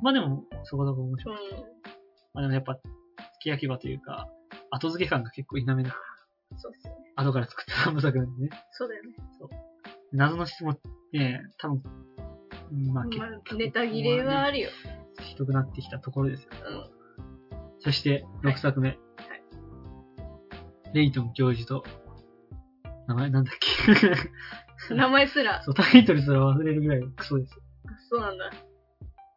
A: まあでも、そこそこ面
B: う
A: 白い。
B: ん。
A: まあでもやっぱ、付け焼き場というか、後付け感が結構否めない。
B: そうっすね。
A: 後から作った3部作なんでね。
B: そうだよね。
A: 謎の質問って、多分、うんまあ結
B: まあ
A: 構、
B: ネタ切れはあるよ。
A: ひどくなってきたところですよ。
B: うん。
A: そして、6作目。レイトン教授と、名前なんだっけ
B: 名前すら。あ、
A: そう、タイトルすら忘れるぐらいのクソです。
B: そうなんだ。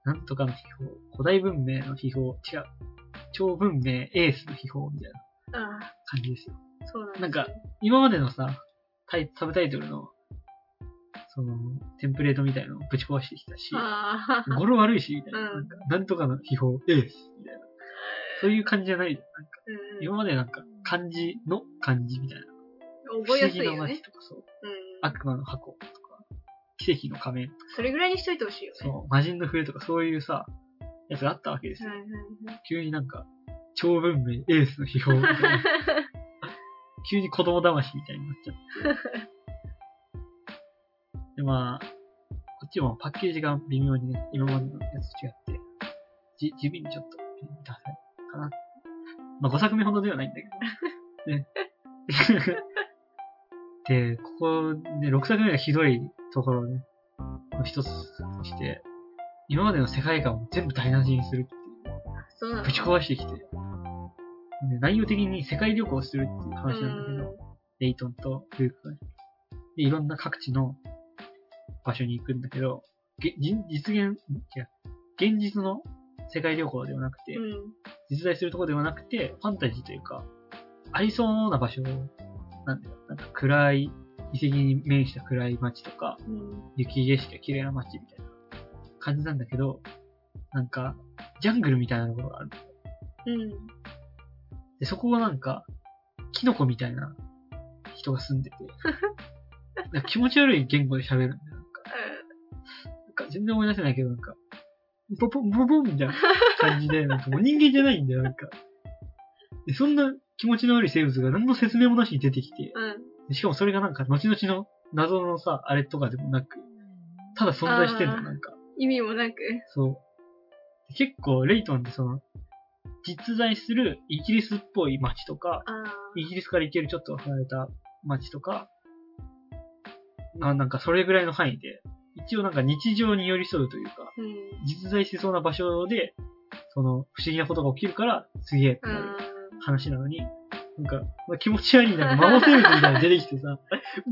A: なんとかの秘宝、古代文明の秘宝、違う。超文明エースの秘宝みたいな
B: ああ、
A: 感じですよ。
B: そうなんだ。
A: なんか、今までのさ、タイサブタイトルの、その、テンプレートみたいのをぶち壊してきたし、
B: ああ、
A: 語呂悪いし、みたいな。
B: うん
A: なんかなんとかの秘宝、エース、みたいな。そういう感じじゃないじゃん。なんか
B: うん
A: 今までなんか、漢字の漢字みたいな。
B: うん。覚えやすい
A: 不
B: よ
A: 思議の
B: ね
A: 街。とかそう。
B: うん。
A: 悪魔の箱とか、奇跡の仮面とか、
B: それぐらいにしといてほしいよね。
A: そう、魔人の笛とかそういうさ、やつがあったわけですよ。
B: はいはいはい。
A: 急になんか、超文明エースの秘宝みたいな。急に子供騙しみたいになっちゃって。 で、まあ、こっちもパッケージが微妙にね、今までのやつと違って、じ、地味にちょっと、ダサいかな。まあ、5作目ほどではないんだけど。ね。 で、ここで6作目がひどいところをね、の一つとして、今までの世界観を全部台無しにするっていう。
B: そうなんだ。
A: ぶち壊してきて、で内容的に世界旅行をするっていう話なんだけ
B: う
A: ど、レイトンとルークがね。で、いろんな各地の場所に行くんだけど、げ人実現、ん違う、現実の世界旅行ではなくて、
B: うん。
A: 実在するところではなくて、ファンタジーというか、ありそうな場所なんだよ。なんか暗い、遺跡に面した暗い街とか、
B: うん。
A: 雪景色が綺麗な街みたいな感じなんだけど、なんか、ジャングルみたいなところがある。
B: うん。
A: で、そこはなんか、キノコみたいな人が住んで て、なんか気持ち悪い言語で喋るんだよ。なんかなんか全然思い出せないけど、なんか、ポポン、ポポンみたいな感じ で、なんかもう人間じゃないんだよ、なんか。で、そんな気持ちの悪い生物が何の説明もなしに出てきて、
B: うん。
A: でしかもそれがなんか後々の謎のさ、あれとかでもなく、ただ存在してんだ
B: あ
A: よ、
B: ー
A: なんか。
B: 意味もなく。
A: そう。結構、レイトンってその、実在するイギリスっぽい街とか、
B: ああ。
A: イギリスから行けるちょっと離れた街とか、ななんかそれぐらいの範囲で、一応なんか日常に寄り添うというか、
B: うん。
A: 実在しそうな場所で、その、不思議なことが起きるから、すげえって
B: う
A: なる
B: ん。
A: 話なのに、なんか、まあ、気持ち悪いなんか、魔法生物みたいなの出てきて さ、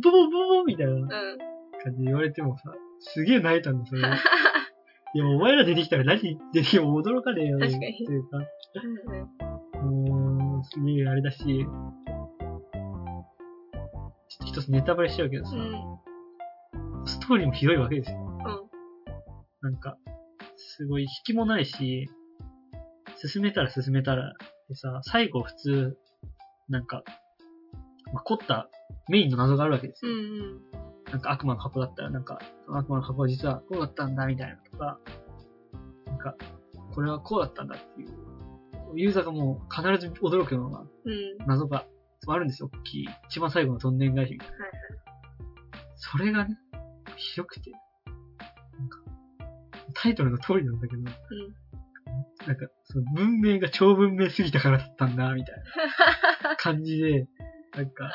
A: ボボボボみたいな
B: うん。
A: 感じで言われてもさ、すげえ泣いたんだ、 それ。いや、お前ら出てきたら何出てきても驚かねえよ。
B: 確かに
A: というか、
B: うん
A: もう、すげえあれだし、ちょっと一つネタバレしちゃうけどさ、
B: うん。
A: ストーリーもひどいわけですよ。
B: う
A: な
B: ん。
A: んか、すごい引きもないし、進めたら進めたら、でさ、最後普通、なんか、まあ、凝ったメインの謎があるわけです
B: う
A: よ。
B: ん。
A: なんか悪魔の箱だったら、なんか、悪魔の箱は実はこうだったんだ、みたいなとか、なんか、これはこうだったんだっていう、ユーザーがもう必ず驚くような
B: うん。
A: 謎があるんですよ、大きい。一番最後のどんでん返しみたいな。
B: はい
A: それがね、ひどくて、なんか、タイトルの通りなんだけど、なんか、その文明が超文明すぎたからだったんだ、みたい な感じで、なん
B: あ
A: か、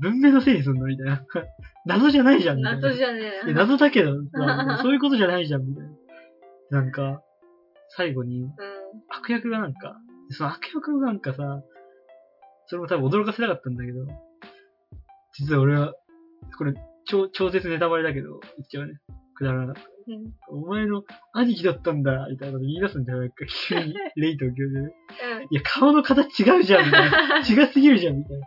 A: 文明のせいにすんのみたいな。 謎じゃないじゃ
B: あ。
A: ん、みたいな。
B: 謎じゃねえ
A: いや謎だけど、まあそういうことじゃないじゃん、みたいな。なんか、最後に、
B: うん。
A: 悪役がなんか、その悪役がなんかさ、それも多分驚かせなかったんだけど、実は俺は、これ、超、超絶ネタバレだけど、一応ね、くだらなかった。
B: うん。
A: お前の兄貴だったんだ、みたいなこと言い出すんだよ、なんか急に、レイと教授で。いや、顔の形違うじゃん、みたいな。 違うすぎるじゃん、みたいな。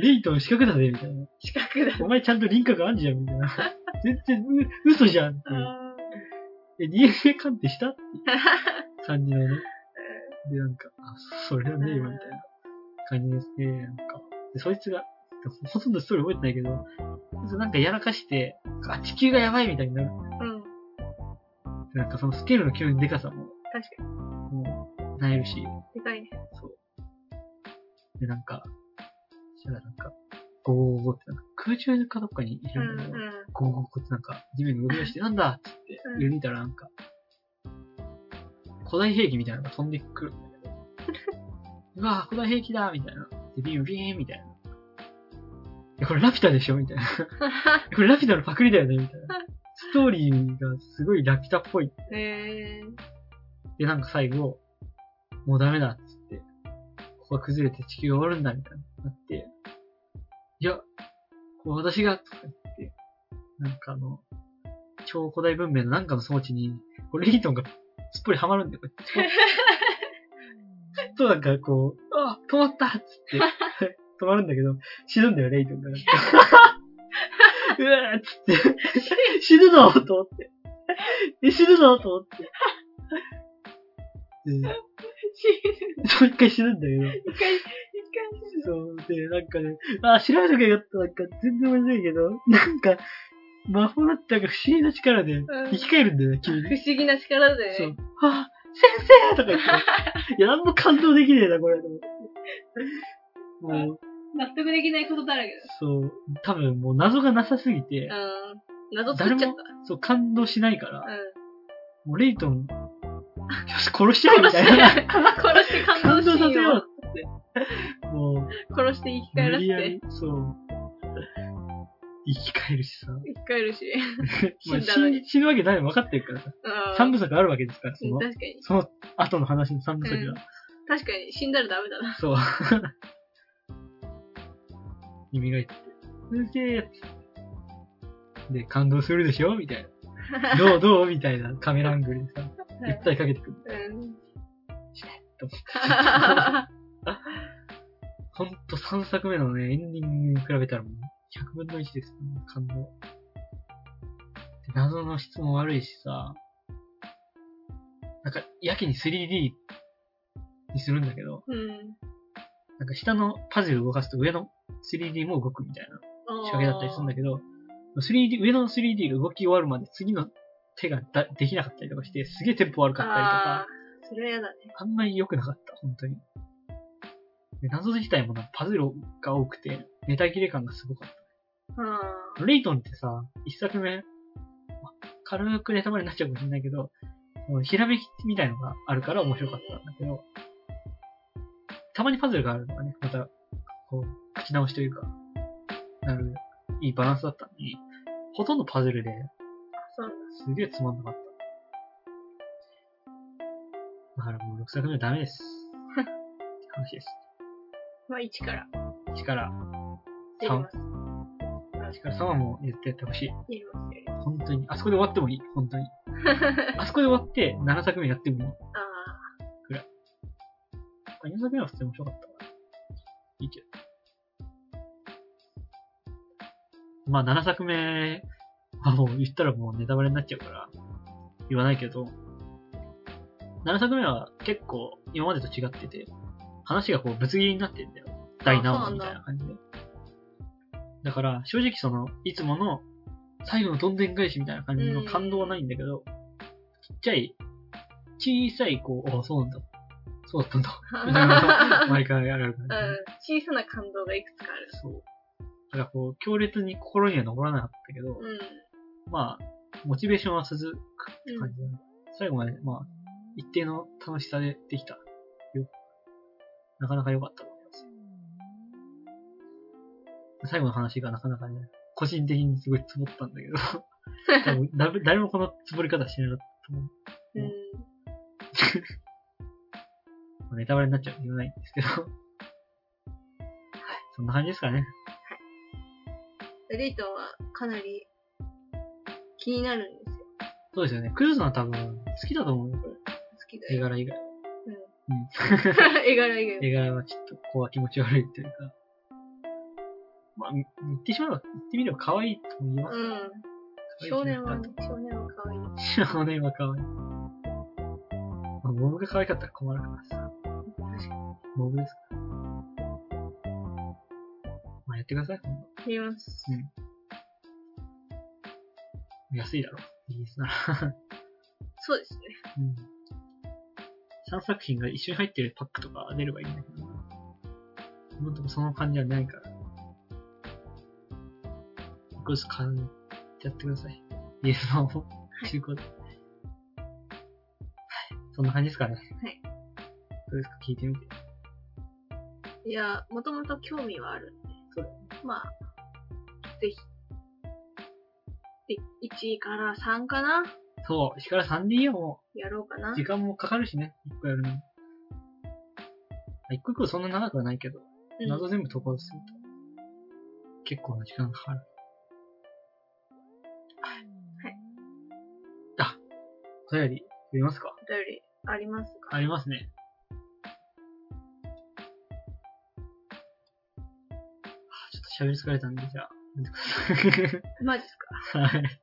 A: レイと四角だぜ、みたいな。
B: 近くだ。
A: お前ちゃんと輪郭あんじゃん、みたいな。全然、う嘘じゃんっていう。え、DNA 鑑定したって感じのね。で、なんか、あ、それはねえわ、みたいな感じですね。なんか、でそいつが、ほとんどストーリー覚えてないけど、そいつなんかやらかして、あ、地球がやばいみたいになる。
B: うん。
A: なんかそのスケールの急にデカさも、
B: 確か
A: もう、なえるし、
B: に。でかいね。
A: そう。で、なんか、そしたらなんか、ゴーゴーゴーってなんか空中かどっかにい
B: うん。う
A: るんだけど、
B: ん。
A: ゴーゴーゴーってなんか、地面に動き出して、なんだっつって
B: う、ん
A: 上見たらなんか、古代兵器みたいなのが飛んでくる んだけど、うわぁ、古代兵器だみたいな。で、ビームビーンみたいな。え、これラピュタでしょみたいな。これラピュタのパクリだよねみたいな。ストーリーがすごいラピュタっぽい。
B: えー。
A: で、なんか最後、もうダメだっつって、ここが崩れて地球が終わるんだみたいになって、いや、こう私が、とか言って、なんかあの、超古代文明のなんかの装置に、こうレイトンがすっぽりはまるんだよ、こうやってちょっとなんかこう、あ、止まったっつって、止まるんだけど、死ぬんだよ、レイトンが。なんかうわーっつって、死ぬぞと思って。え、死ぬぞと思って。でもう一回死ぬんだけど。
B: 一回、一回死ぬ。
A: そう、で、なんかね、あ、調べとけよかった、なんか全然面白いけど、なんか、魔法だったか不思議な力で、生き返るんだよね、急
B: 不
A: に。
B: 思議な力で
A: そう
B: ね。。
A: あ、先生とか言って。いや、なんも感動できねえな、これ。と思ってもう、
B: 納得できないことだらけだ。
A: そう、多分もう謎がなさすぎて、
B: うん。謎作っちゃっ
A: そう、感動しないから
B: た。、うん。
A: もうレイトン、よし、殺し合いみたいな。
B: 殺して感動
A: 感
B: し
A: 動させよ
B: よ
A: もう、
B: う。殺して生き返
A: 無
B: らせ
A: 理や
B: て
A: り。、そう。生き返るしさ。
B: 生き返るし。
A: まあ
B: 死んだのに
A: 死死ぬわけないの分かってるからさ。
B: うん。
A: 三部作あるわけですから、そ
B: うん
A: の、
B: 確かに。
A: その後の話の三部作が。
B: うん確かに、死んだらダメだな。
A: そう。 耳がいって。すげえやつ。で、感動するでしょみたいな。どうどうみたいなカメラアングルでさ、訴えかけてくる。
B: うん。
A: と思ってほんと3作目のね、エンディングに比べたらもう100分の1です、感動。で謎の質も悪いしさ、なんか、やけに 3D にするんだけど、
B: うん。
A: なんか下のパズル動かすと上の 3D も動くみたいな仕掛けだったりするんだ
B: け
A: けど、3D、上の 3D が動き終わるまで次の手がだできなかったりとかして、すげえテンポ悪かったりとか、
B: あーそれは嫌だね。
A: あんまり良くなかった、本当に。で謎自体もなんかパズルが多くて、ネタ切れ感がすごかっ
B: うん。
A: た。レイトンってさ、一作目、ま軽くネタバレになっちゃうかもしれないけど、そのひらめきみたいのがあるから面白かったんだけど、たまにパズルがあるのがね、また、こう、口直しというか、なる、いいバランスだったのに、ほとんどパズルで、
B: そう
A: すげえつまんなかった。だからもう6作目はダメです。話です。
B: まあ、一から
A: 1から、
B: やります。
A: 1から3話も言ってやってほしい。
B: やります、やりま
A: 本当に。あそこで終わってもいい。本当に。
B: す。
A: あそこで終わって7作目やってもいい。
B: あ
A: 4作目は普通に面白かったから。いいけど。まあ7作目はもう言ったらもうネタバレになっちゃうから、言わないけど、7作目は結構今までと違ってて、話がこうぶつ切りになってんだよ。第何話みたいな感じで。だから正直その、いつもの最後のどんでん返しみたいな感じの感動はないんだけど、ちっちゃい、小さいこう、あそうなんだ。そうだったんだ。みたいな毎回あるか
B: あ。
A: ら、
B: うん。小さな感動がいくつかある。
A: そう。だからこう、強烈に心には残らなかったけど、
B: うん。
A: まあ、モチベーションは続くって
B: う
A: 感
B: ん
A: じだね。最後まで、まあ、一定の楽しさでできたよ。なかなか良かったと思います。最後の話がなかなかね、個人的にすごいつぼったん だけど、多分誰誰もこのつぼり方してなかったと思う。
B: うん。
A: ネタバレになっちゃう言わないんですけど。そんな感じですかね。
B: レイトンはかなり気になるんですよ。
A: そうですよね。クルーズのは多分好きだと思うよ、これ。
B: 好きだ
A: 絵
B: よ。
A: 柄以外。
B: うん
A: うん。
B: 絵柄以外は。
A: 絵柄はちょっとこうは気持ち悪いというか。まあ、言ってしまえば、言ってみれば可愛いとも言えます。
B: うん。少年は、少年は可愛い。
A: 少年は可愛い。まあ、モブが可愛かったら困るからさ。
B: 確か
A: モブですから。まあ、やってください、今度。
B: に。見ます。
A: 安いだろ。イギリスなら。
B: そうですね。
A: うん。3作品が一緒に入ってるパックとか出ればいいんだけど。今んとこその感じはないから。これ買ってやってください。イエスマを中古で。はい。そんな感じですかね。
B: はい。
A: どうですか聞いてみて。
B: いや、もともと興味はあるんで。
A: そうだ
B: まあ、ぜひ。で、1から3かな
A: そう、石から 3D も
B: やろうかな。
A: 時間もかかるしね。1個やるのに。1個1個そんな長くはないけど。
B: うん
A: 謎全部投稿すると、結構な時間かかる。
B: はい。
A: あ、お便り読みますか
B: お便りありますか
A: ありますね。あちょっと喋り疲れたんで、じゃあ、読んでくだ
B: マジっすか
A: さいはい。。。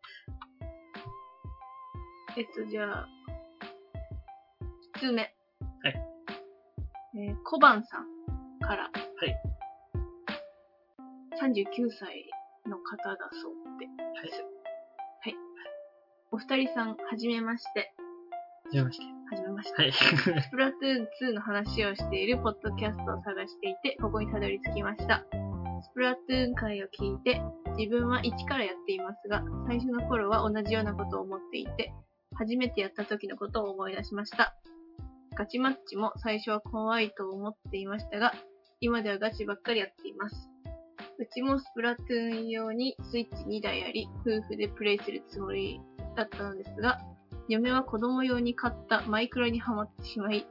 B: えっと、じゃあ、1つ目。はいえー、小判さんから。はい39歳の方だそうで。はい。お二人さん、はじめまして。
A: じゃあ、まして。
B: はじめまして。
A: はい。
B: スプラトゥーン2の話をしているポッドキャストを探していて、ここにたどり着きました。スプラトゥーン会を聞いて、自分は一からやっていますが、最初の頃は同じようなことを思っていて、初めてやった時のことを思い出しました。ガチマッチも最初は怖いと思っていましたが、今ではガチばっかりやっています。うちもスプラトゥーン用にスイッチ2台あり、夫婦でプレイするつもりだったのですが、嫁は子供用に買ったマイクロにハマってしまい、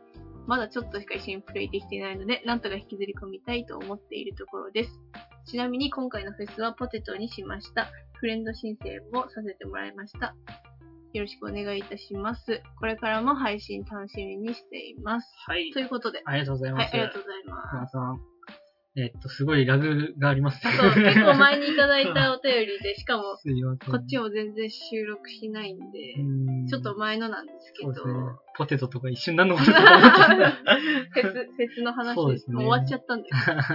B: まだちょっとしか一緒にプレイできていないので、なんとか引きずり込みたいと思っているところです。ちなみに今回のフェスはポテトにしました。フレンド申請もさせてもらいました。よろしくお願いいたします。これからも配信楽しみにしています。
A: はい
B: と。いうことで、
A: ありがとうござい
B: は
A: ま
B: い、
A: す。
B: ありがとうございます。
A: 皆さん。えっと、すごいラグがありますね。
B: そう、結構前にいただいたお便りで、しかも、
A: すいません。
B: こっちも全然収録しないんで、
A: うん
B: ちょっと前のなんですけ
A: そう
B: ど、
A: ですね。ポテトとか一瞬なのかなと思っちゃった。
B: フェス、フェスの話
A: そうですね
B: もう終わっちゃったん だけど、パン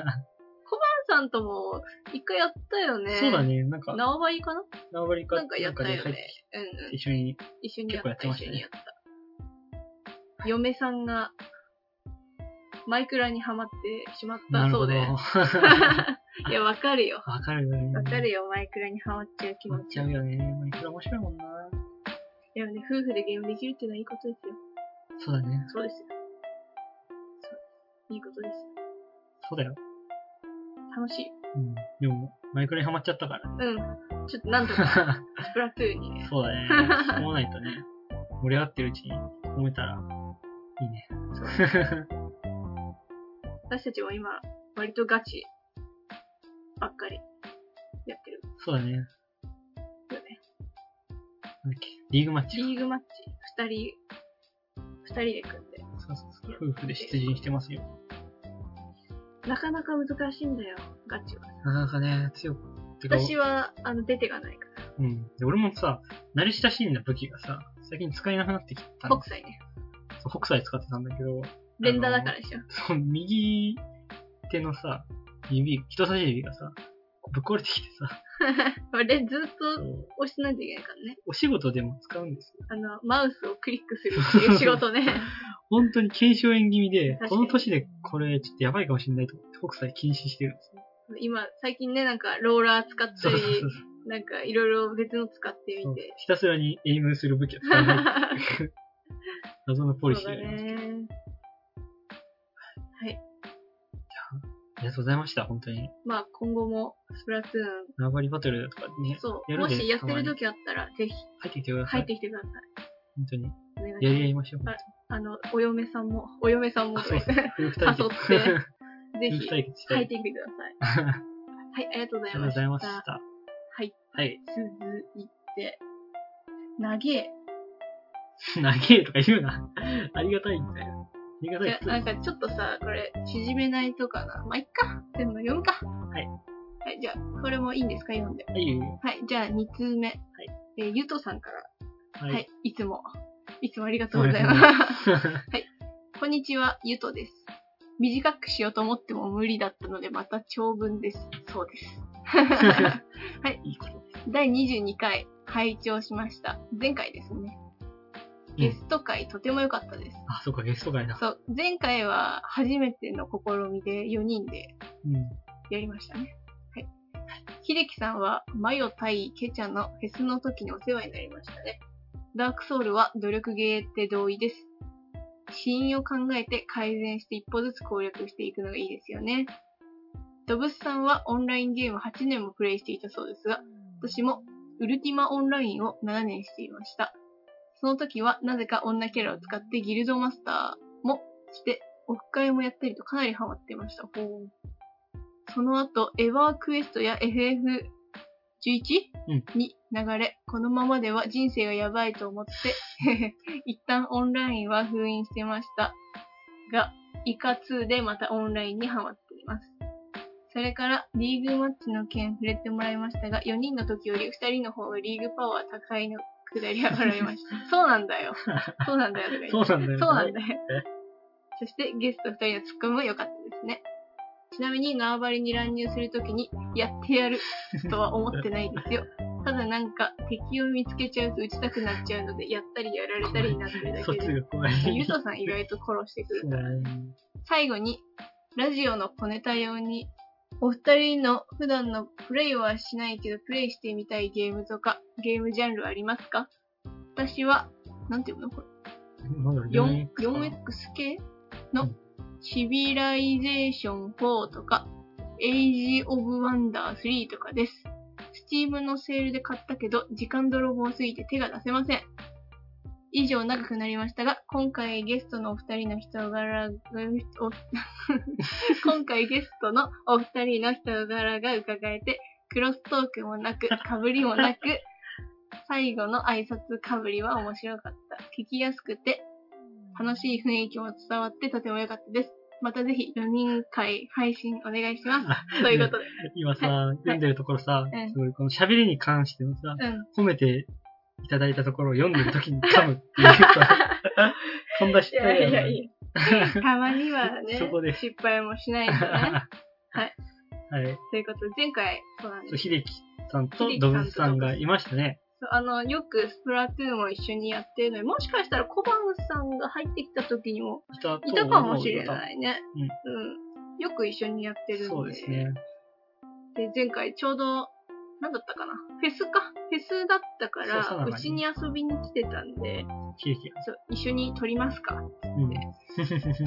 B: さんとも一回やったよね。
A: そうだ。ね、なんか、
B: 縄張りかな
A: 縄張りか
B: なんかやったよ
A: なんかで
B: ね
A: 入って。
B: うん
A: きて
B: うん。
A: 一緒に、
B: 一緒にやった、
A: 結構やってまし
B: 一緒
A: たね
B: にやった。嫁さんが、マイクラにはまってしまったそうで。 いや、わかるよ。
A: わかるよね。
B: わかるよ、マイクラにハマっちゃう気
A: な
B: 持
A: っ
B: ち
A: ちゃ。うよね。まあいくら面白いもんな。
B: でもね、夫婦でゲームできるっていうのはいいことですよ。
A: そうだね。
B: そうですよ。そういいことです。
A: そうだよ。
B: 楽しい。
A: うん。でも、マイクラにハマっちゃったからね。
B: うん。ちょっとなんとか、スプラトゥーンに ね、
A: そうだね。思わないとね。盛り上がってるうちに思えたら、いいね。
B: 私たちも今、割とガチばっかりやってる
A: そうだね。
B: よね。
A: なんだっけ。リーグマッチか。
B: リーグマッチ、二人、二人で組んで。
A: そうそうそう。夫婦で出陣してますよ。
B: なかなか難しいんだよ、ガチは。
A: なかなかね、強く。てか
B: 私は、あの、出てがないから。
A: うん。で、俺もさ、慣れ親しんだ武器がさ、最近使えなくなってきたの
B: 北。斎ね。
A: そう北斎使ってたんだけど、
B: 連打だからでしょ。
A: その右手のさ、指、人差し指がさ、こうぶっ壊れてきてさ、
B: これずっと
A: そう
B: 押してないといけないからね。
A: お仕事でも使うんですよ。
B: あの、マウスをクリックするっていう仕事 ね。
A: 本当に腱鞘炎気味で
B: 確か、に
A: この年でこれちょっとやばいかもしれないと思って北斎禁止してるんですよ。
B: 今、最近ね、なんか、ローラー使った
A: そうそう
B: り
A: そう、
B: なんか、いろいろ別の使って
A: そう
B: みて。
A: ひたすらにエイムする武器は 使わないっていう謎のポリ
B: そ
A: シ
B: う
A: ーがあり
B: だ
A: ます。
B: ね。
A: ありがとうございました、本当に。
B: まあ、今後も、スプラトゥー
A: 縄張りバトルとかね
B: ン、、そう、
A: や
B: も
A: るで
B: しやってる
A: たまに
B: 時あったら、ぜひ、
A: 入ってきてくださ
B: 入
A: い。
B: ってきてください。
A: 本当に。
B: お願
A: や
B: いしま
A: り合いましょう。
B: はいあの、お嫁さんも、お嫁さんも、
A: あ
B: ぜ
A: そうですね。夫婦対決。
B: 誘
A: 夫
B: ってひ
A: 婦、対決した
B: 書い
A: い。
B: てみてくだ
A: あ
B: さい。
A: り
B: はい、ありがとうござ
A: がと
B: い
A: うご
B: ました。
A: ざいました。
B: はい。
A: はい。
B: 続いて、投げ。
A: 長えとか言うな。 ありがたいみたいな。ありがた
B: い
A: い
B: や
A: 普通。
B: なんかちょっとさ、これ、縮めないとかな。まあ、いっか。全部読むか。はいはい、じゃあ、これもいいんですか読んで。
A: はい。
B: はい、じゃあ、2通目。はい。えーゆとさんから。
A: は。
B: はいい、いつも。いつもありがとうございます。 こんにちは、ゆとです。短くしようと思っても無理だったので、また長文です。そうです。
A: いいこと。
B: 第22回、拝聴しました。前回ですね。ゲスト回、とても良かったです。
A: あ、そうか、ゲスト会だ。
B: そう、前回は初めての試みで4人で
A: うん。
B: やりましたね。はい。秀樹さんは、マヨ対ケチャのフェスの時にお世話になりましたね。ダークソウルは努力ゲーって同意です。死因を考えて改善して一歩ずつ攻略していくのがいいですよね。ドブスさんはオンラインゲーム8年もプレイしていたそうですが、私もウルティマオンラインを7年していました。その時はなぜか女キャラを使ってギルドマスターもして、オフ会もやったりとかなりハマっていました。その後、エヴァークエストや FF11、
A: うん
B: に流れ、このままでは人生がやばいと思って、 一旦オンラインは封印してましたが、以下2でまたオンラインにハマっています。それから、リーグマッチの件触れてもらいましたが、4人の時より2人の方がリーグパワー高いのくだりは笑いま した。そうなんだよ。そうなんだよとか言って。
A: そうなんだよ。
B: そうなんだよ
A: え。
B: そしてゲスト2人のツッコミも良かったですね。ちなみに縄張りに乱入するときにやってやるとは思ってないですよ。 ただなんか敵を見つけちゃうと撃ちたくなっちゃうのでやったりやられたりになってるだ
A: そっ
B: け
A: ち
B: で。
A: が怖い。
B: ゆとさん意外と殺してくる
A: そうだね
B: 最後に、ラジオの小ネタ用に、お二人の普段のプレイはしないけど、プレイしてみたいゲームとか、ゲームジャンルありますか私は、なんていうのこれ
A: なんだろう、
B: 4
A: 4X か
B: 4X 系
A: う
B: の
A: ん
B: シビライゼーション4とか、エイジ・オブ・ワンダー3とかです。スチームのセールで買ったけど、時間泥棒すぎて手が出せません。以上、長くなりましたが、今回ゲストのお二人の人柄が、お今回ゲストのお二人の人柄が伺えて、クロストークもなく、かぶりもなく、最後の挨拶かぶりは面白かった。聞きやすくて、楽しい雰囲気も伝わってとても良かったです。またぜひ4人会配信お願いし ます。ということで。
A: 今さ、読んでるところさ
B: うん、
A: すごい、この喋りに関してのさ、
B: うん。
A: 褒めていただいたところを読んでるときに噛むっていうさ、飛んだ失
B: いや
A: 敗
B: いや い
A: い。
B: や、たまにはね
A: そこで、
B: 失敗もしないと ね。
A: はい。はい。
B: ということで、前回、そうなん
A: そう
B: です。
A: 秀樹さんと
B: 秀樹さ
A: ド
B: んと
A: ブスさんがいましたね。
B: そうあの、よくスプラトゥーンを一緒にやってるのに、もしかしたらコバンさんが入ってきた時にも
A: いたと
B: いたかもしれ
A: 思うよ。
B: ないね。
A: うん
B: うん。よく一緒にやっ
A: 多
B: てるんで。
A: 分そうですね。
B: で、前回ちょうど、なんだったかなフェスか。フェスだったか
A: そうそう
B: ら、
A: なの
B: う
A: に
B: ちに遊びに来てたんで、
A: 秀樹が。
B: そう一緒に撮りますか
A: うん。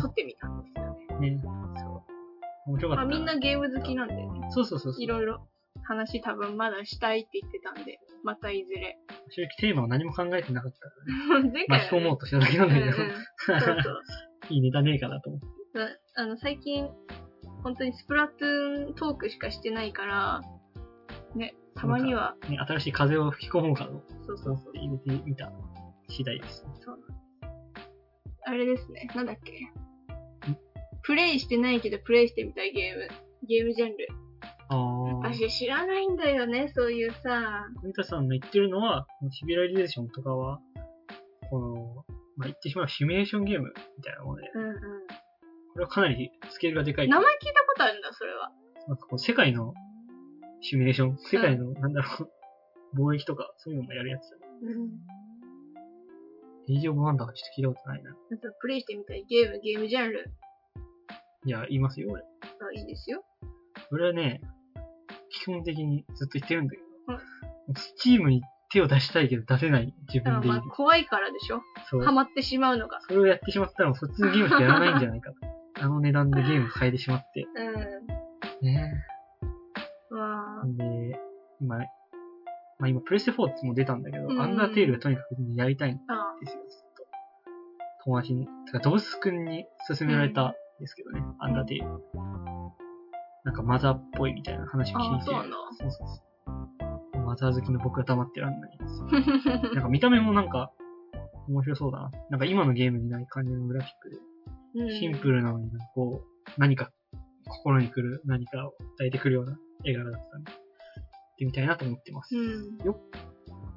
B: 撮ってみたんですよね。
A: ね。
B: そう
A: 面白か
B: ま
A: った。
B: あ、みんな、ゲーム好きなんでね、
A: そうそうそうそう。
B: いろいろ話多分まだしたいって言ってたんで、またいずれ。
A: 正直テーマを何も考えてなかったからね。
B: 前回
A: 巻き
B: は
A: 込
B: ね、
A: もうとしただけなんだけ
B: うんうん
A: ど
B: そ。うそう。
A: いいネタねえかなと思って。
B: そうあの、最近、本当にスプラトゥーントークしかしてないから、ね、たまには、
A: ね、新しい風を吹き込もうかと
B: そうそう
A: 思って入れてみた次第です。
B: あれですね。なんだっけ。プレイしてないけど、プレイしてみたいゲーム。ゲームジャンル。
A: ああ。
B: 私知らないんだよね、そういうさ。
A: 森田さんの言ってるのは、このシビライゼーションとかは、この、まあ、言ってしまうシミュレーションゲームみたいなもので、
B: うんうん。
A: これはかなりスケールがでかい。
B: 名前
A: なん
B: 聞い
A: か
B: たことあるんだ、それは。
A: こう世界のシミュレーション、世界の、なんだろう、貿易とか、そういうのもやるやつ。
B: うん。
A: エイジオブワンダーはちょっと聞いたことないな。
B: なんかプレイしてみたいゲーム、ゲームジャンル。
A: いや、言いますよ、俺。
B: あいいですよ。
A: 俺はね、基本的にずっと言ってるんだけど、スチームに手を出したいけど出せない自
B: あ
A: 分でい
B: まあ
A: る、。
B: 怖いからでしょ。
A: そう
B: ハ。マってしまうのが。
A: それをやってしまったら、もうそっちのゲームしかやらないんじゃない かと。あの値段でゲーム変えてしまって。
B: う
A: ね
B: ん。まあ
A: な、んで、今、まあ今、プレステ4も出たんだけど、
B: うん
A: アンダーテールがとにかくやりたいんで
B: あ
A: すよ、ずっと。友達に、てか、ドブス君に勧められたんですけどね、アンダーテイル。なんかマザーっぽいみたいな話を聞い
B: あ
A: て。
B: そうなんだ
A: そうそうそうマザー好きの僕が黙ってらんないんですよ。なんか見た目もなんか、面白そうだな。なんか今のゲームにない感じのグラフィックで。シンプ
B: ル。
A: ルなのになんかこう、何か、心に来る何かを抱いてくるような絵柄だったんで、行ってみたいなと思ってます。
B: うん。
A: よ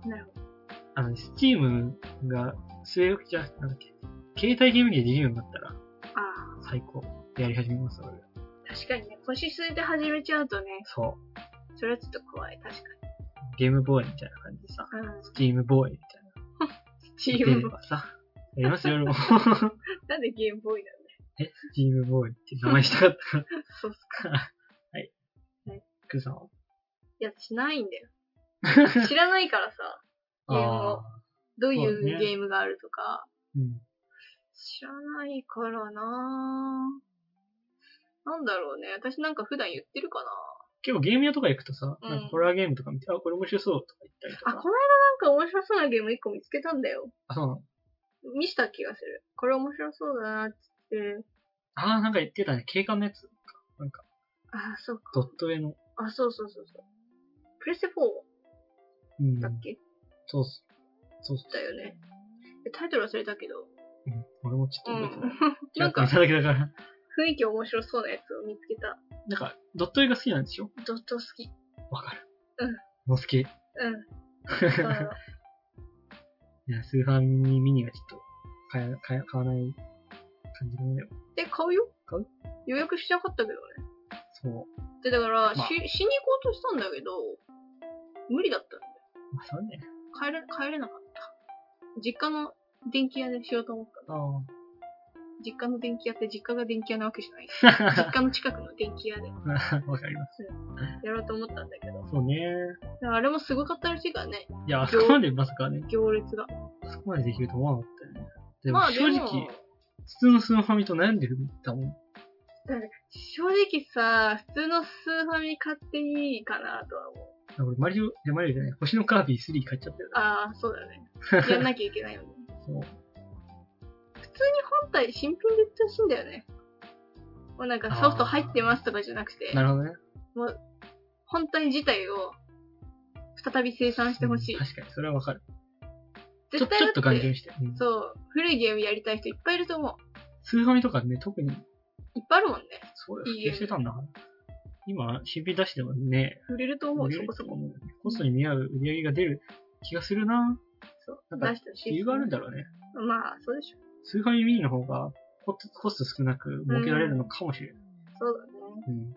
B: なるほど。
A: あの、スチームが、末置きじゃ、なんだっけ、携帯ゲーム機でできるようになったら、
B: ああ、
A: 最高。やり始めます、俺。
B: 確かにね、腰据えて始めちゃうとね、
A: そう。
B: それはちょっと怖い、確か
A: ゲームボーイみたいな感じでさ、
B: に。うん。
A: スチームボーイみたいな。
B: チー
A: 出
B: ム
A: れ
B: ボーイ。
A: ばさ、やりますよ、俺も。
B: なんでゲームボーイなんだよ。
A: え、スチームボーイって名前したかっ
B: そうっすか。
A: たから。 はい
B: はい。
A: くーさんはい
B: や、しないん だよ。知らないからさ、ゲームを
A: あ
B: どうい
A: そうね
B: うゲームがあるとか、
A: ー。うん。
B: 知らないからなぁ。なんだろうね。私なんか普段言ってるか
A: 結構ゲーム屋とか行くとさ、
B: うん
A: なんかホラーゲームとか見て、あ、これ面白そうとか言ったりと
B: なあ、こ
A: か。
B: の間なんか面白そうなゲーム一個見つけたんだよ。
A: あ、そうなの
B: 見した気がする。これ面白そうだなってって。
A: あー、なんか言ってたね。警官のやつ。なんか、
B: あ、そうか。
A: ドット絵の。
B: あ、そうそうそうそう。プレステ4
A: うん
B: だ。っけ、
A: そうっす。そうっす。
B: だよね。えタイトル忘れたけど。
A: うん。俺もちょっ
B: う
A: と覚えて ない
B: ん。。
A: ち
B: な
A: ら
B: ん
A: っと
B: か
A: 見ただけだから。
B: 雰囲気面白そうなやつを見つけた。
A: なんか、ドット絵が好きなんでしょ
B: ドット好き。
A: わかる。
B: うん。
A: もう好き。 い
B: うん。あ
A: や、スーファミミニはちょっと、買え、買え、買わない感じだね。
B: で、買うよ。
A: 買う
B: 予約しなかったけどね。
A: そう。
B: で、だから、
A: まあ
B: し、しに行こうとしたんだけど、無理だったんだよ。
A: まあ、そうね。
B: 帰れ、帰れなかった。実家の電気屋でしようと思ったの。
A: あ
B: 実家の電気屋って実家が電気屋なわけじゃない。実
A: あ。
B: 家の近くの電気屋で
A: わかります。
B: やろうと思ったんだけど。
A: そうね。
B: であれもすごかったらしいからね、
A: いや、あそこまでまさかね、
B: 行列が。
A: あそこまでできると思わなかったよね。でも
B: まあで
A: 正
B: も、
A: 直、普通のスーファミと悩んでるんだもん。
B: だから正直さ、普通のスーファミ買っていいかなとは思う。
A: 俺、マリオ、いやマリオじゃない、星のカービィ3買っちゃったよ
B: ああ、そうだね。やんなきゃいけないよね。
A: そう。
B: 普通に本体新品で売ってほしいんだよね。もうなんかソフト入ってますとかじゃなくて、
A: なるほどね。
B: 本体自体を再び生産してほしい
A: うん。確かに、それはわかる。ちょ
B: 絶対
A: ちょっと
B: だっ
A: 感じ
B: て、
A: にして。うん
B: そう、古いゲームやりたい人いっぱいいると思
A: スーファミとかね、特に、
B: う。いっぱいあるもんね。
A: そう
B: いい
A: 普及してたんだから。今、新品出してもね、
B: 売れると思う、
A: 売
B: そ
A: れる
B: ことそこ。
A: 思うよねコストに見合う売り上げが出る気がするな
B: そう、
A: なんか
B: 出してほしい。
A: 理由があるんだろうね。
B: まあ、そうでしょ。
A: スーファミミニの方が、コストコスト少なく儲けられるのかもしれない。
B: そうだね。
A: うん。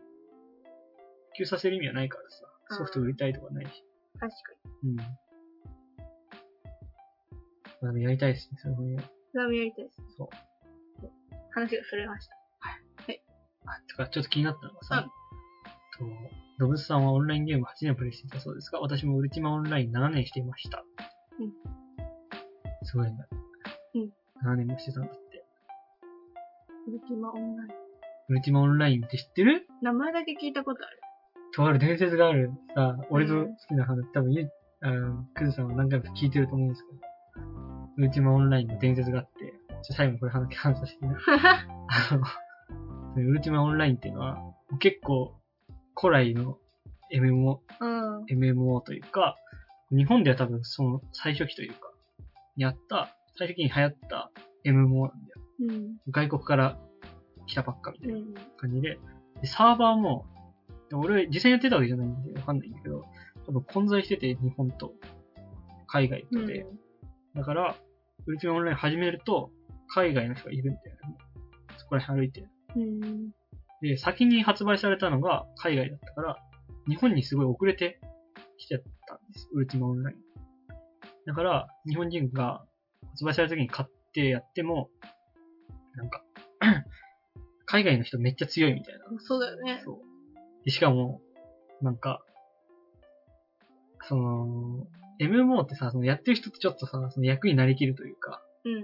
A: 普及させる意味はないからさ、ソフト売りたいとかないし。
B: 確かに。
A: うん。まあ、でもやりたいですね、その辺は。
B: それもやりたいです。
A: そう。
B: 話がそれました。
A: あ、とか、ちょっと気になったのがさ、と、ロブスさんはオンラインゲーム8年プレイしていたそうですが、私もウルティマオンライン7年していました。
B: うん。
A: すごいな。
B: うん。
A: 7年もしてたんだって。
B: ウルティマオンライン。
A: ウルティマオンラインって知ってる
B: 名前だけ聞いたこと ある。
A: とある伝説がある。さ、俺と
B: う
A: 好
B: ん
A: きな話、多分ゆ、あのクズさんは何回も聞いてると思うんですけど、ウルティマオンラインの伝説があって、ちょ最後にこれ話話させてね。あの、そのウルティマオンラインっていうのは、結構、古来の MMO、
B: うん。
A: MMO というか、日本では多分その最初期というか、にあった、最初期に流行った MMO なんだよ。
B: うん。
A: 外国から来たばっかみた
B: う。
A: いなん感じで、でサーバーも、で俺実際やってたわけじゃないんでわかんないんだけど、多分混在してて日本と海外
B: う
A: と
B: ん。
A: で、だから、ウルティマオンライン始めると、海外の人がいるんだよね。そこら辺歩いて。
B: うん。
A: で、先に発売されたのが海外だったから、日本にすごい遅れてきてたんです。ウルティマオンライン。だから、日本人が発売された時に買ってやっても、なんか、 海外の人めっちゃ強いみたい
B: そうだよ
A: な。
B: ね。
A: そう。で、しかも、なんか、その、MMO ってさ、そのやってる人ってちょっとさ、その役になりきるというか、
B: うんうん。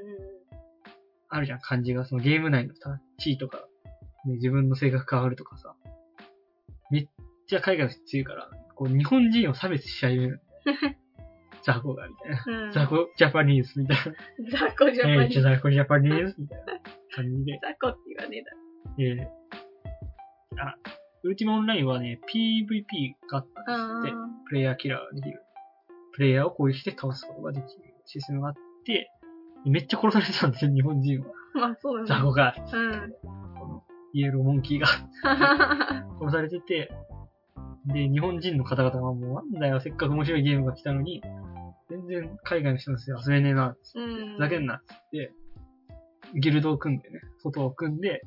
A: あるじゃん、感じが。そのゲーム内のさ、地位とか、ね、自分の性格変わるとかさ。 めっちゃ海外の人強いから、こう、日本人を差別し始めるんだよ。雑魚が、みたいな。
B: うん。
A: 雑魚ジャパニーズみたい な。
B: 雑魚ジャパ
A: え
B: ニ
A: え
B: ーズ。
A: 雑魚ジャパニーズみたいな感じで。
B: 雑魚って言わねえだ
A: ええあ、ウルティマオンラインはね、PVP があった
B: ろ。
A: ん
B: あ
A: ですって、プレイヤーキラーができる。プレイヤーを攻撃して倒すことができるシステムがあって、めっちゃ殺されてたんですよ、日本人は。
B: あ。まあそう
A: 雑
B: だね。
A: 魚が、
B: うん。
A: このイエローモンキーが殺されてて、で、日本人の方々はもうなんだよ、せっかく面白いゲームが来たのに、全然海外の人のせいで遊べねえな、つって
B: うん
A: ふざけんな、っつって、ギルドを組んでね、外を組んで、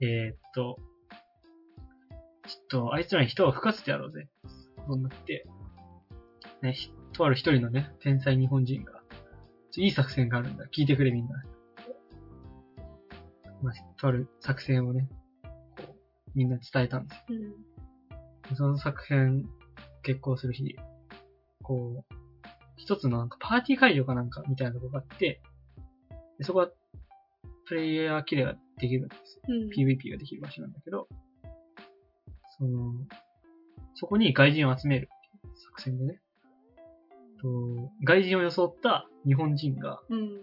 A: えー、っと、ちょっと、あいつらに人を吹かせてやろうぜ、ことになって、ね、ひとある一人のね、天才日本人が、ちょいい作戦があるんだ、聞いてくれみんな。まあ、とある作戦をね、こう、みんなに伝えたんですよ
B: うん。
A: その作品、結婚する日、こう、一つのなんかパーティー会場かなんかみたいなとこがあって、でそこは、プレイヤーキレイができるんですよ。
B: うん。
A: PVP ができる場所なんだけど、その、そこに外人を集めるっていう作戦でね、と外人を装った日本人が、
B: うん。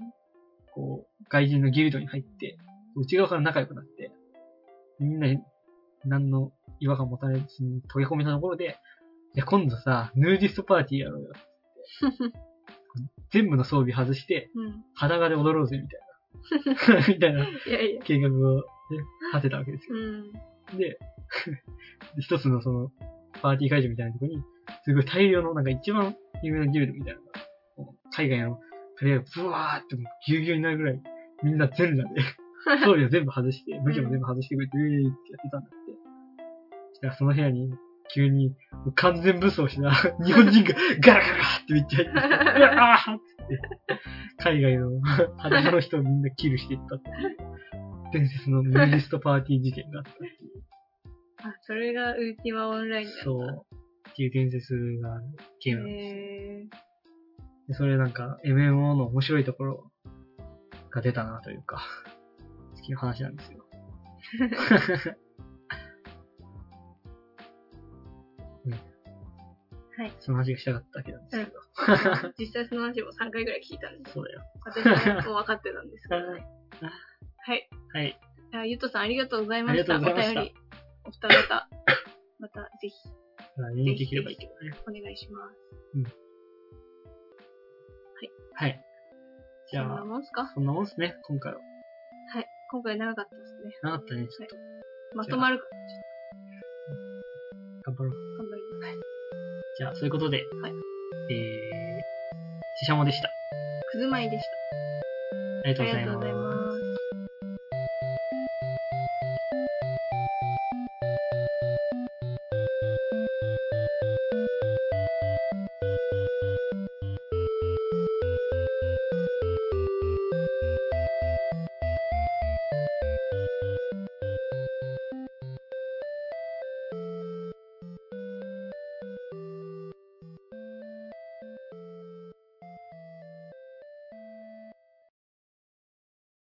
A: こう、外人のギルドに入って、内側から仲良くなって、みんなに何の違和感もたれずに溶け込めたところで、いや、今度さ、ヌーディストパーティーやろうよ。全部の装備外して、
B: うん。
A: 裸で踊ろうぜ、みたいな。みたいない
B: やいや。
A: 計画を、ね、立てたわけですよ。
B: うん。
A: で、 一つのその、パーティー会場みたいなとこに、すごい大量の、なんか一番有名なギルドみたいなのが、こう海外のプレイヤーがブワーってもうぎゅうぎゅうになるぐらい、みんな全裸で、装備を全部外して、武器も全部外してくれて、ウェーイってやってたんだって。そしたらその部屋に、急に、もう完全武装した日本人がガラガラってめっちゃ入ってきて、うわーっつって、海外の裸の人をみんなキルしていったっていう、伝説のヌーディストパーティー事件があったっていう。
B: あ、それがウルティマオンラインだった。
A: そう。っていう伝説があるゲームなんですよ。
B: へ
A: でそれなんか、MMO の面白いところが出たなというか、好きな話なんです よ。ね
B: はい。
A: その話がしたかったわけなんですけど。
B: ー実際その話も3回ぐらい聞いたんです
A: そうだよ。
B: 私はもう分かってた んですけどね
A: あ。
B: はい。
A: はい。
B: あゆとさんありがとうございました。
A: ありがとうございました
B: お便り。お二方、またぜひ
A: まあ読みできればいいけどね。
B: お願いします。
A: はい。じ
B: そん
A: ゃ
B: な
A: あ、
B: もんすかは
A: そんなもんですね、今回は。
B: い。今回長かったですね。
A: 長かったね、ちょっと。
B: まとまるか
A: 頑張ろう。
B: ら頑張ります。
A: じゃあ、そういうことで、
B: はい
A: えー、ししゃもでした。
B: くずまいでし
A: ありがと
B: た。
A: う
B: あ
A: ござ
B: り
A: い
B: がとう
A: ま
B: ござい
A: す。
B: ます。